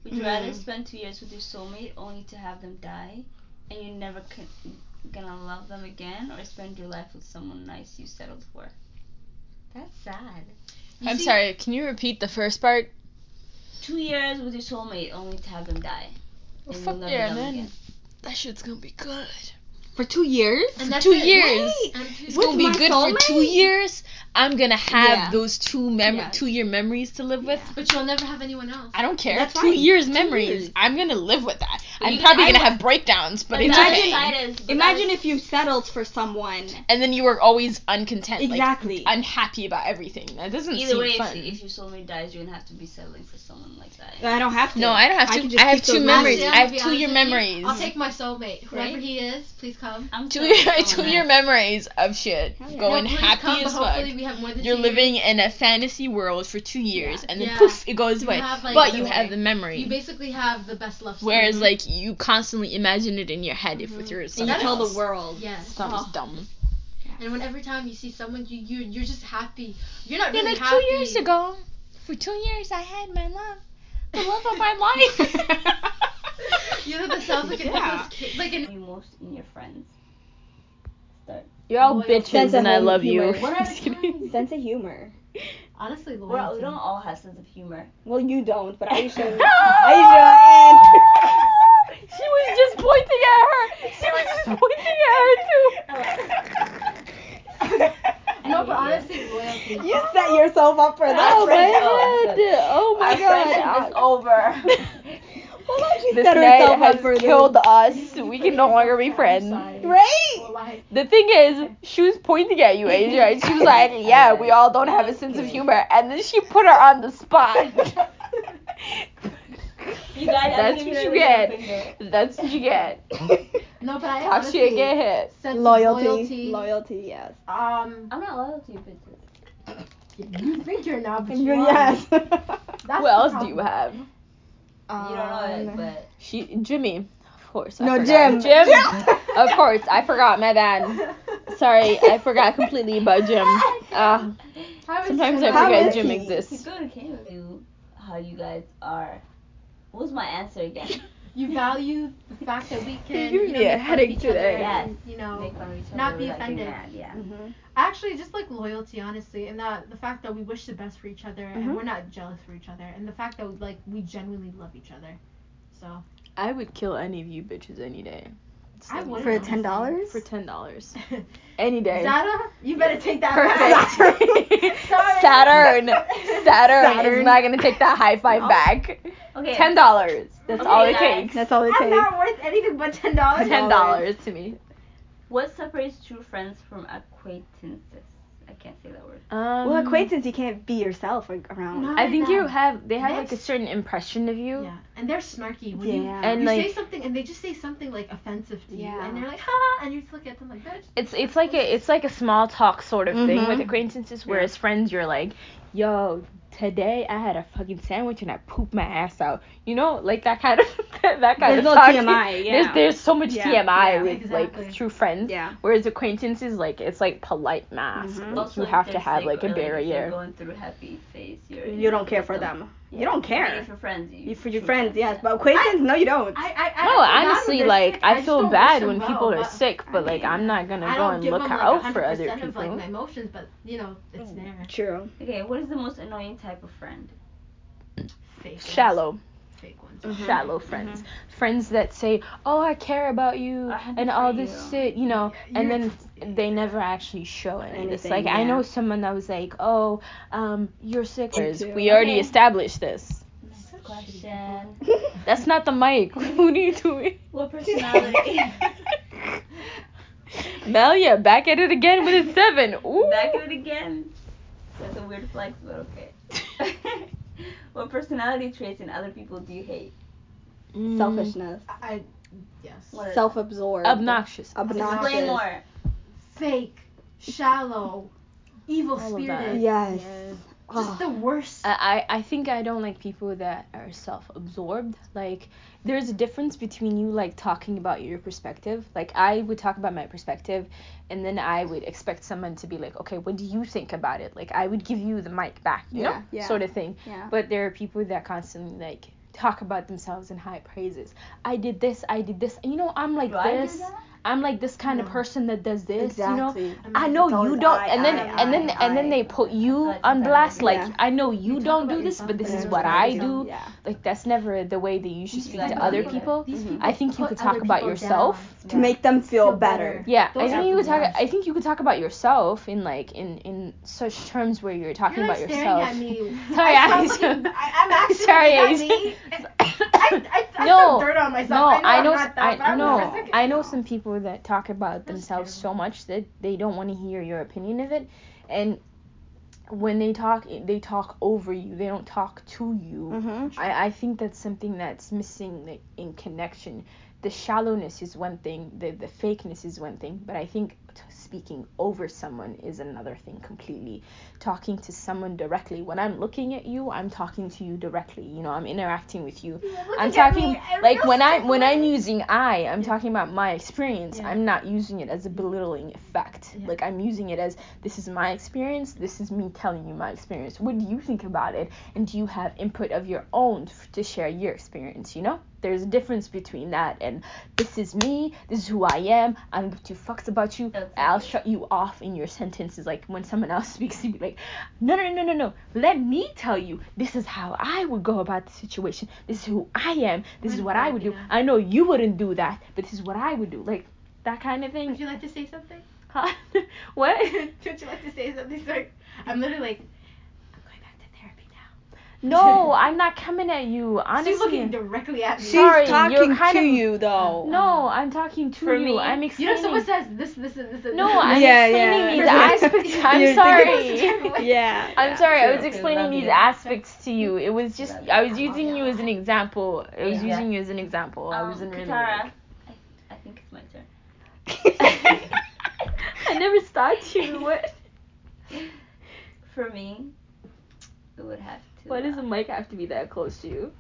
D: Would you rather
C: Mm.
D: spend two years with your soulmate only to have them die, and you're never con- gonna love them again, or spend your life with someone nice you settled for? That's sad.
A: You
B: I'm
A: see-
B: sorry, can you repeat the first part?
D: Two years with your soulmate only to have them die.
B: Well,
D: and
B: fuck
D: you'll never
B: yeah,
D: love them
B: man.
D: again.
B: That shit's gonna be good.
C: For two years?
A: And that's
B: two
A: it.
B: years.
C: Wait.
A: And two
B: It's
C: With
B: gonna be
C: my
B: good for two
C: soulmate?
B: years. I'm gonna have
C: Yeah.
B: those two mem-
C: Yeah.
B: two year memories to live with.
C: Yeah.
A: But you'll never have anyone else.
B: I don't care.
C: That's
B: two
C: fine.
B: years
C: Two
B: memories.
C: years.
B: I'm gonna live with that.
D: But
B: I'm
D: you-
B: probably
D: I
B: gonna
D: would-
B: have breakdowns, but
D: the
B: it's
D: other
B: okay.
D: side is- the
C: Imagine
D: other-
C: if you settled for someone.
B: And then you were always uncontent, like
C: Exactly.
B: unhappy about everything. That doesn't
D: Either
B: seem
D: way, if,
B: fun.
D: if your soulmate dies, you're gonna have to be settling for someone like that.
C: I don't have to.
B: No, I don't have to.
C: can
B: I have
C: keep those
B: two memories.
A: Honestly,
B: I
A: I'm
B: have
A: gonna be
B: two year
A: honest with
B: memories.
A: you. I'll take my soulmate, whoever
D: Right?
A: he is. Please come.
D: I'm
B: two
D: settling
B: year,
A: Oh,
D: for
B: two
D: someone
B: year
D: else.
B: memories of shit
C: Hell yeah.
B: going
A: No, please
B: happy
A: come,
B: as
A: but
B: fuck.
A: Hopefully we have more than
B: You're
A: two
B: living
A: years.
B: in a fantasy world for two years, and then
A: Yeah.
B: poof, it goes
A: You
B: away.
A: have, like,
B: but
A: the
B: you have
A: way-
B: the memory.
A: You basically have the best love story.
B: Whereas, like, you constantly imagine it in your head
A: Mm-hmm.
B: if with your
C: And
B: someone
C: you tell
B: else.
C: the world.
A: Yes.
B: That was
C: Oh.
B: dumb.
A: And when every time you see someone, you you you're just happy. You're not
B: Yeah,
A: really
B: like
A: happy.
B: two years ago, for two years I had my love, the love of my life.
A: You know that sounds like a
C: Yeah.
A: Nicolas Cage, like an
D: you most in your friends. Start.
B: You're all
D: Loyal. bitches
C: and I love you.
D: What are the times?
C: sense of humor.
A: Honestly, Lauren.
D: Well, we
A: too.
D: don't all have sense of humor.
C: Well, you don't, but Aisha, Aisha,
B: She was just pointing at her. She was just pointing at her too.
A: No, but honestly, loyalty.
C: and you set yourself up for that.
B: Oh my
D: friendship-
C: man.
B: god! Oh my
D: Our friendship is
B: god!
D: over.
C: Well, she
B: This
C: set
B: night
C: herself up
B: has
C: for
B: killed
C: this.
B: us. We can no longer be friends.
C: Right?
B: The thing is, she was pointing at you, Asia, and she was like, "Yeah, we all don't have a sense of humor," and then she put her on the spot.
D: You guys, I'm
B: That's
D: giving
B: what
D: her
B: you
D: the middle finger.
B: get. That's what you get.
A: No, but I
B: Talk
A: honestly,
B: shit, get hit.
A: sense of
C: Loyalty.
A: loyalty.
C: Loyalty, yes.
A: Um,
D: I'm not loyal to you, bitches.
A: you think you're not, but you are.
C: Yes.
A: That's
B: what
A: the
B: else do
A: problem.
B: you have?
D: You don't know it,
C: Um,
D: but
B: She, Jimmy, of course. I
C: No,
B: forgot.
C: Jim.
B: Jim.
C: Jim.
B: of course, I forgot. My bad. Sorry, I forgot completely about Jim. Uh,
A: How is
B: sometimes I
A: Jim-
C: How
B: forget
C: is
B: Jim
C: he?
D: He's
B: exists.
D: going to came with you how you guys are. What was my answer again?
A: You value the fact that we
B: You're
A: can
B: giving
A: you know,
B: me a
A: make fun of
B: headache
A: each other
B: today.
A: and,
D: Yes.
A: You know,
D: Make fun of each other.
A: Not be
D: without getting
A: offended.
D: mad, Yeah.
C: Mhm.
A: actually, just like loyalty, honestly, and that the fact that we wish the best for each other
C: Mhm.
A: and we're not jealous for each other, and the fact that like we genuinely love each other. So
B: I would kill any of you bitches any day. Just
A: I
B: let me
A: would.
C: For
B: know.
C: ten dollars?
B: For ten dollars.
A: Zada,
B: Any day.
A: you better take that back.
B: Perfect.
A: Sorry.
B: Saturn. Saturn.
C: Saturn.
B: is not gonna take that high five
A: No.
B: back.
D: Okay.
B: Ten dollars. That's
D: Okay,
B: all it
D: guys.
B: takes.
C: That's all it
A: I'm
C: takes.
A: not worth anything but ten dollars.
B: Ten dollars to me.
D: What separates true friends from acquaintances? I can't say that word.
B: Um,
C: Well, acquaintance, you can't be yourself like, around.
A: No.
B: I think you have. They have like a
A: Next.
B: certain impression of you.
A: Yeah, and they're snarky when you
C: Yeah.
B: And
A: you
B: like
A: say something and they just say something like offensive to you
C: Yeah.
A: and they're like ha and you just look at them like bitch
B: it's it's like a it's like a small talk sort of thing
A: Mm-hmm.
B: with
C: Mhm.
B: acquaintances. Whereas friends, you're like, yo, today I had a fucking sandwich and I pooped my ass out. You know, like that kind of that kind
C: There's
B: of
C: no
B: talk.
C: TMI, yeah.
B: There's there's so much
C: Yeah,
B: TMI
C: yeah.
B: with
A: Exactly.
B: like true friends.
C: Yeah.
B: Whereas acquaintances, like it's like polite mask.
C: Mhm.
A: Mm-hmm.
B: Like,
D: Also,
B: Hmm? you
D: if
B: have to
D: there's,
B: have like a
D: really- if You're
B: barrier.
D: going through a happy phase. You're
C: You don't care for
D: with
C: them.
D: Yeah.
C: You don't
D: I mean,
C: care.
D: if you're friends, you.
C: You for your
D: true
C: friends, yes, but acquaintance, no, you don't.
A: I I, I
B: No,
A: I'm not
B: honestly,
A: on their
B: like
A: shit.
B: I
A: just
B: feel
A: don't wish
B: bad
A: them
B: when
A: well,
B: people are
A: but
B: sick, but like
D: mean,
B: I'm not gonna
A: I
B: go
A: don't
B: and
A: give
B: look
A: them, like,
B: out for
A: 100%
B: other
A: of like
B: people.
A: my emotions but you know it's there
C: True.
D: Okay, what is the most annoying type of friend?
A: fake ones.
B: Shallow.
A: fake ones
C: Mhm.
B: shallow friends friends that say oh i care about you
D: I have
B: and
D: it
B: all
D: for
B: this
D: you.
B: shit you know
A: Yeah,
B: and
A: you're
B: then they never actually show it it's
C: Anything,
B: like i know
C: yeah.
B: someone that was like oh um you're sick
C: Me
B: Whereas
C: too.
B: we already
D: Okay.
B: established this
D: Next
A: Such
D: question.
B: that's not the mic what are you doing
D: What personality?
B: Melia, back at it again with a seven. Ooh.
D: Back at it again. That's a weird flex, but okay. what personality traits in other people do you hate?
B: Mm.
C: Selfishness.
A: I, I yes
D: What-
C: Self-absorbed.
B: Obnoxious.
C: Obnoxious.
D: Explain more.
A: fake shallow evil
B: All of
A: spirited
B: that.
C: Yes. Ah.
A: just the worst
B: I, I I think I don't like people that are self absorbed. Like, there's a difference between you, like, talking about your perspective. Like, I would talk about my perspective, and then I would expect someone to be like, okay, what do you think about it? Like, I would give you the mic back, you
C: Yeah,
B: know?
C: yeah.
B: Sort of thing.
C: Yeah.
B: But there are people that constantly, like, talk about themselves in high praises. I did this, I did this. You know, I'm like
D: Do I do
B: this.
D: that?
B: I'm like this kind of
A: No.
B: person that does this, you know?
C: Exactly.
A: mean,
B: I know
C: It's
B: you
C: always
B: don't,
C: I,
B: and then
A: I,
B: and then
C: I,
B: and then
C: I.
B: they put you
D: That's
B: on
D: bad.
B: blast. Like
C: Yeah.
B: I know you,
A: You talk
B: don't
A: about
B: do this, but
A: yourself
B: this
A: and
B: is
A: then
B: what
A: talk
B: I
A: about
B: do.
C: Yeah.
B: Like that's never the way that you should
A: You
B: speak
A: guys
B: to
D: gotta
B: other
D: believe it.
B: people.
A: These
C: Mhm.
A: people
B: I think you
A: put
B: could talk
A: other
B: about
A: people
B: yourself.
A: down.
C: To make them feel,
A: Feel
C: better.
A: better.
B: Yeah, I
A: Those
B: think
A: are
B: you
A: the
B: could talk.
A: worst.
B: I think you could talk about yourself in like in in such terms where you're talking
A: you're like
B: about
A: staring
B: yourself.
A: at me
B: Sorry,
A: I
B: Aisha.
A: fucking- I, I'm actually
B: Sorry,
A: looking at
B: Aisha.
A: me. I, I, I
B: No,
A: no, dirt on myself.
B: No, I know,
A: I'm
B: s-
A: not
B: I
A: that, but I'm
B: know,
A: not sick.
B: I know some people that talk about
A: That's
B: themselves so
A: terrible.
B: much that they don't want to hear your opinion of it, and when they talk, they talk over you. They don't talk to you.
A: Mm-hmm.
C: Mhm.
B: I, I think that's something that's missing like, in connection. The shallowness is one thing, the, the fakeness is one thing, but I think t- speaking over someone is another thing completely. Talking to someone directly. When I'm looking at you, I'm talking to you directly. You know, I'm interacting with you. I'm talking like when I when I'm using I, I'm talking about my experience.
A: Yeah.
B: I'm not using it as a belittling effect.
A: Yeah.
B: Like I'm using it as this is my experience. This is me telling you my experience. What do you think about it? And do you have input of your own f- to share your experience? You know, there's a difference between that and this is me, this is who I am, I don't give two fucks about you,
D: That's
B: I'll
D: it.
B: shut you off in your sentences. Like when someone else speaks to you, like, no, no, no, no, no, let me tell you, this is how I would go about the situation, this is who I am, this is what I would do.
A: Manipulative.
B: I know you wouldn't do that, but this is what I would do. Like, that kind of
A: Would
B: thing.
A: you like to say something?
B: Huh? what?
A: Would you like to say something? Sorry. I'm literally like, I'm going back to therapy now.
B: No, I'm not coming at you. Honestly,
A: She's looking directly at me.
C: She's
B: Sorry, you're
C: talking
B: kind
C: to
B: of-
C: you though.
B: no, I'm talking to
D: For
B: you.
D: me?
B: I'm
A: You
B: explaining.
A: know, someone says this, this, and this. And
B: no,
A: this.
B: I'm
C: Yeah, yeah.
B: explaining these aspects. I'm
C: You're
B: sorry.
C: thinking- yeah.
B: I'm sorry. I was
D: Okay,
B: explaining
D: love
B: these
D: you.
B: aspects to you. It was just
D: Love
B: I was
D: you.
B: using you as an example. I was
D: Yeah.
B: using you as an example. I was in really.
D: Um, Katara, I, I think it's my turn.
B: I never stopped you. What?
D: For me, it would have to.
B: Why does
D: uh,
B: the mic have to be that close to you?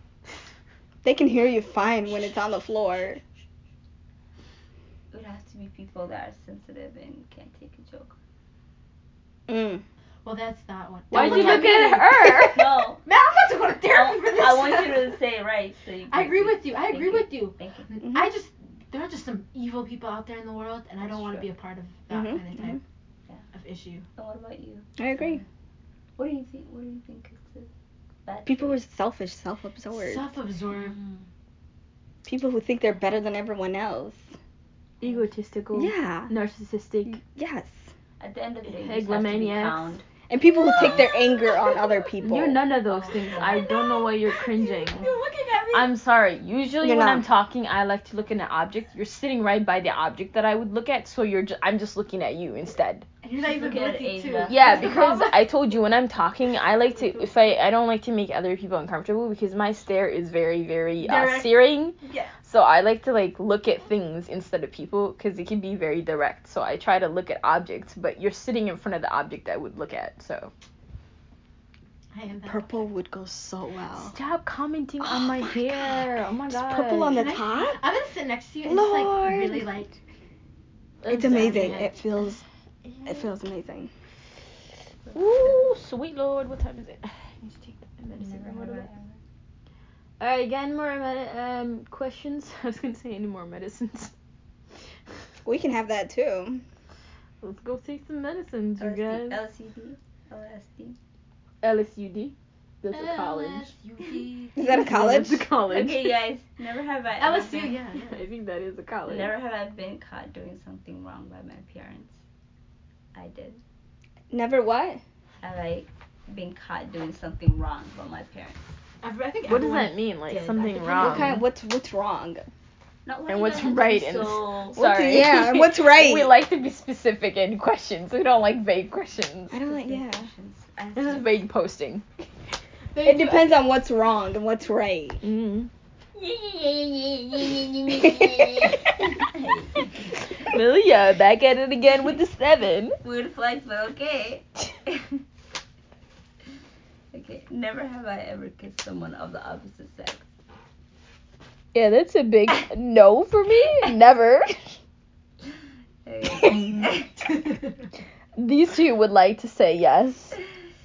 C: They can hear you fine when it's on the floor.
D: it would have to be people that are sensitive and can't take a joke.
C: Mm.
A: Well, that's not what.
B: Why'd
C: look
B: you
C: at
B: look at
C: me.
B: her?
D: No,
A: Man, I'm about to go to therapy for this.
D: I, I want you to say it right. So you
A: I
D: can
A: agree
D: see.
A: with you. I agree with you.
D: Thank you.
B: Mm-hmm.
A: I just there are just some evil people out there in the world, and I don't want to be a part of that
B: Mm-hmm.
C: Mhm,
A: kind of type
D: mhm.
A: of issue.
D: And what about you?
C: I agree.
D: What do you think? What do you think is the bad?
C: People who are
D: thing?
C: selfish, self-absorbed.
A: Self-absorbed.
C: People who think they're better than everyone else.
B: Egotistical.
C: Yeah.
B: Narcissistic.
C: Yes.
D: At the end of the day, you just have to be
B: Egomaniacs.
D: calm.
C: And people who take their anger on other people.
B: You're none of those things. I don't know why you're cringing.
D: You're looking at me.
B: I'm sorry. Usually
C: You're
B: when
C: not.
B: I'm talking, I like to look at an object. You're sitting right by the object that I would look at, so you're just I'm just looking at you instead.
D: And
A: You're not
D: she's
A: even
D: looking at
A: looking to.
D: Asia.
B: Yeah,
A: That's the
B: because
A: problem.
B: I told you when I'm talking, I like to if I I don't like to make other people uncomfortable because my stare is very very uh,
A: Direct.
B: searing.
A: Yeah.
B: So I like to like look at things instead of people because it can be very direct. So I try to look at objects, but you're sitting in front of the object I would look at. So
A: I am that.
C: Purple would go so well.
B: stop commenting
C: on
B: on
C: Oh
B: my,
C: my my
B: hair. Oh my
C: It's
B: god.
C: purple on the
A: Can I-
C: top.
A: I'm gonna sit next to you and just
C: Lord.
A: like really like.
C: It's amazing. It feels it feels amazing.
B: Ooh, sweet lord, what time is it? I need to take the medicine.
D: Never
B: What
D: have
B: am
D: I
B: I-
D: ever.
B: All right, again, more med- um questions. I was gonna say any more medicines.
C: We can have that too.
B: Let's go take some medicines, you
D: LSD,
B: guys.
D: LCD, LSD.
B: LSUD. That's
A: "Uh,
B: a college.
A: LSUD.
C: Is that a college?
B: That's a college.
D: Okay, guys. Never have I. ever
A: LSU,
D: been-
A: yeah. yeah.
B: I think that is a college.
D: Never have I been caught doing something wrong by my parents. I did.
C: Never what?
D: Have I been caught doing something wrong by my parents?
A: I've- I think
B: What does
A: everyone-
B: that mean? Like
D: Yeah,
B: something
D: that's-
B: wrong.
C: what kind what's what's wrong?
D: Not
B: And what's
D: doesn't
B: right
D: do
B: and-
D: so.
C: What's-
B: Sorry.
C: yeah, what's right?
B: we like to be specific in questions. We don't like vague questions.
C: I don't like yeah.
B: This is vague posting.
A: They
C: It
A: do-
C: depends on what's wrong and what's right.
B: Mm. Lilia,
C: Lilia,
B: back at it again with the seven.
D: Weird flex, but okay. okay. Never have I ever kissed someone of the opposite sex.
B: Yeah, that's a big no for me. Never.
D: Okay.
B: These two would like to say yes.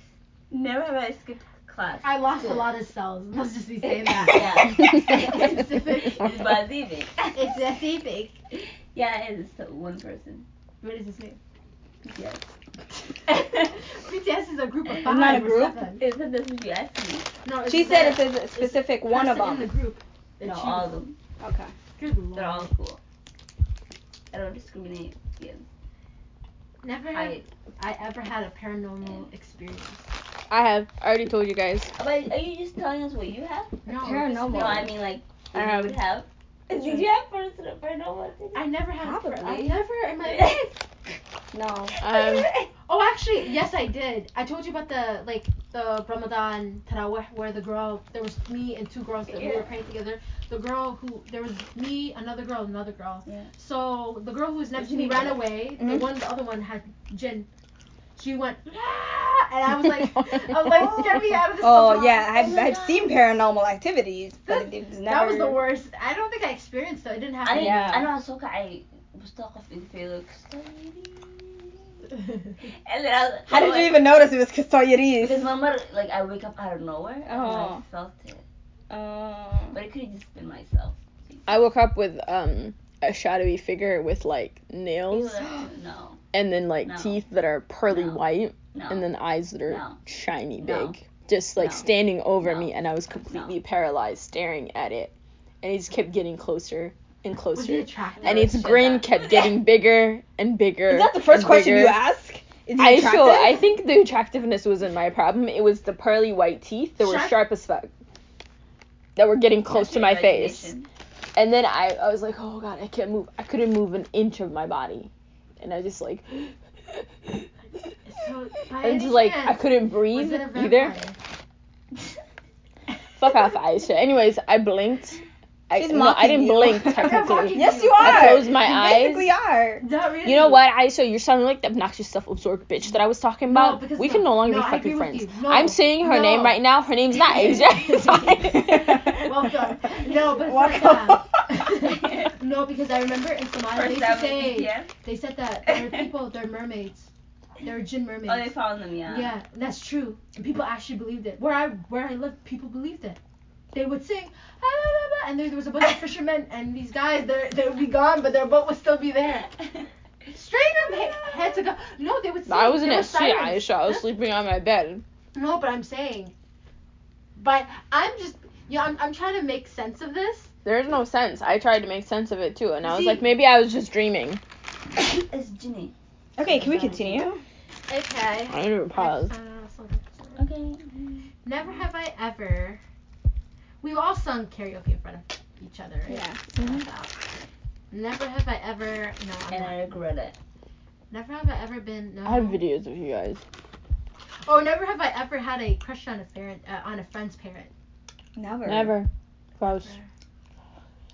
D: Never have I skipped class.
A: I lost a lot of cells. Let's just be saying that.
D: yeah.
A: It's
D: It's by leaving.
A: It's a thieving.
D: Yeah, it is to one person.
A: What is his name?
D: Yes.
A: BTS is a group of
D: It's
A: five.
C: not a
A: or
C: group.
A: seven.
D: Is that that's what you asked me?
A: No, it's
C: She
A: just
C: said
A: that
C: it's a specific one of
A: person in
C: them.
A: the group. that
D: No,
A: chooses.
D: all of them.
C: Okay.
A: Good lord.
D: They're all cool. I don't discriminate. Yes.
A: Never have
D: I,
A: I ever had a paranormal experience.
B: I have. I already told you guys.
D: but are you just telling us what you have?
A: No,
C: paranormal.
D: No,
A: just-
D: I mean like
B: I
D: what you would have. Did you have personal paranormal?
A: I never had. a par- I
C: Probably.
A: never in my life.
C: No.
B: Um,
A: Oh, actually, yes, I did. I told you about the like the Ramadan Taraweh where the girl there was me and two girls that we were
D: Yeah.
A: praying together. The girl who there was me, another girl, another girl.
D: Yeah.
A: So the girl who was next to me
D: Mhm.
A: ran away. The
C: Mhm.
A: one, the other one had jinn. She went, "Ah!" and I was like, I was like, get me out of this.
C: Oh
A: hotel."
C: yeah,
A: Oh
C: I've,
A: my
C: I've
A: God.
C: seen paranormal activities, but it was never.
A: That was the worst. I don't think I experienced it. I didn't have.
D: أنا
A: any-
C: Yeah.
D: أنا أتوقع I was talking in Felix. And then I was,
C: How did you even notice it was Castoyeris?
D: Because my mother, like I wake up out of nowhere. And I
C: Oh.
D: felt it.
C: Oh.
D: But it could have just been myself.
B: I woke up with um a shadowy figure with like
D: People
B: nails
D: that- no,
B: and then like
D: No.
B: teeth that are pearly
D: No.
B: white
D: no.
B: and then eyes that are
D: No.
B: shiny
D: No.
B: big. Just like
D: No.
B: standing over
D: No.
B: me and I was completely paralyzed staring at it. And it just kept getting closer and
C: Was he
B: closer.
C: attractive?
B: And
D: Never
B: its
D: said
B: grin
D: that.
B: kept getting bigger and bigger.
C: Is that the first
B: and
C: question you
B: bigger.
C: ask? Is he
B: I
C: attractive?
B: feel I think the attractiveness wasn't my problem. It was the pearly white teeth that were
D: Sharp-
B: sharp as fuck. That were getting close
D: That's
B: to
D: your
B: my face.
D: imagination.
B: And then I, I was like, oh god, I can't move. I couldn't move an inch of my body. And I just like
A: So, by
B: and
A: any
B: just, like
A: chance,
B: I couldn't
A: was
B: breathe
A: it a
B: either.
A: vampire?
B: Fuck off, Aisha. Anyways, I blinked. I,
C: She's
B: no, I
C: mocking
B: didn't
C: you.
B: blink
A: not mocking
B: technically.
A: you.
C: Yes, you are.
A: I
B: closed my
C: you
B: eyes.
C: Basically, are.
D: Not really.
B: You know what, Aisha? You're sounding like the obnoxious, self-absorbed bitch that I was talking
A: No,
B: about.
A: because
B: we can no longer
A: no,
B: be
A: I
B: fucking
A: agree with
B: friends.
A: you. No,
B: I'm saying her
A: no.
B: name right now. Her name's not Asia. It's fine.
A: Well done. No, but it's
C: Walk
A: like that.
C: off.
A: No, because I remember in Somalia they
D: First
A: used to
D: time
A: say
D: yeah.
A: they said that there are people they're mermaids, they're gin mermaids.
D: Oh, they found them, yeah.
A: Yeah, and that's true. And people actually believed it. Where I where I lived, people believed it. They would sing, "Ah, la, la, la," and there, there was a bunch of fishermen and these guys. They they would be gone, but their boat would still be there. Straight up, he- head to go. No, they would. Sing.
B: I wasn't
A: They were
B: at shit,
A: sirens.
B: Aisha. I was
A: Huh?
B: sleeping on my bed.
A: No, but I'm saying. But I'm just, you know, I'm, I'm trying to make sense of this.
B: There's no sense. I tried to make sense of it too, and I was
A: See-
B: like, maybe I was just dreaming.
D: it's Ginny.
C: okay, can we continue?
A: Okay. Uh,
B: I didn't even pause.
D: Okay.
A: Never have I ever. We've all sung karaoke in front of each other, right?
C: Yeah.
A: Never have I ever. No, I'm
D: And
A: not.
D: I regret it.
A: Never have I ever been. No.
B: I have
A: no.
B: videos of you guys.
A: Oh, never have I ever had a crush on a parent, uh, on a friend's parent.
C: Never.
B: Never. Gross.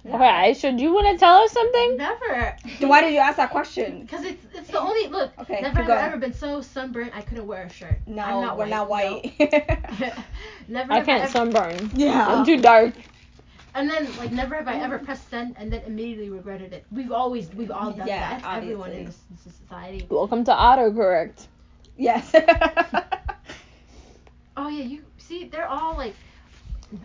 C: Yeah.
B: Okay, Aisha, do you want to tell us something?
A: Never.
C: Then why did you ask that question?
A: Because it's it's the only look.
C: Okay,
A: never
C: keep
A: have I
C: going.
A: ever been so sunburnt I couldn't wear a shirt.
C: No,
A: I'm not
C: we're
A: white.
C: not white.
A: No. never.
B: I
A: have ever,
B: can't
A: Oh.
B: sunburn.
C: yeah.
B: I'm too dark.
A: And then like never have I ever pressed send and then immediately regretted it. We've always we've all done
C: Yeah,
A: that. That's everyone in
C: obviously.
A: this society.
B: Welcome to autocorrect.
C: Yes.
A: Oh yeah, you see, they're all like.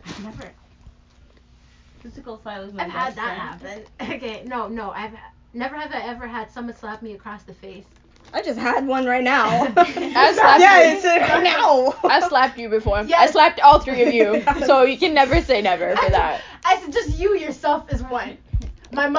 A: I've never.
D: Physical fight was my
A: I've had
D: best
A: that
D: friend.
A: happen. Okay, no, no, I've never have I ever had someone slap me across the face.
C: I just had one right now.
A: I
B: slapped
C: yeah,
B: you.
C: it's uh, now.
B: I slapped you before. I
A: Yes.
B: slapped all three of you. So you can never say never for that.
A: I said, just you yourself is one. My mom.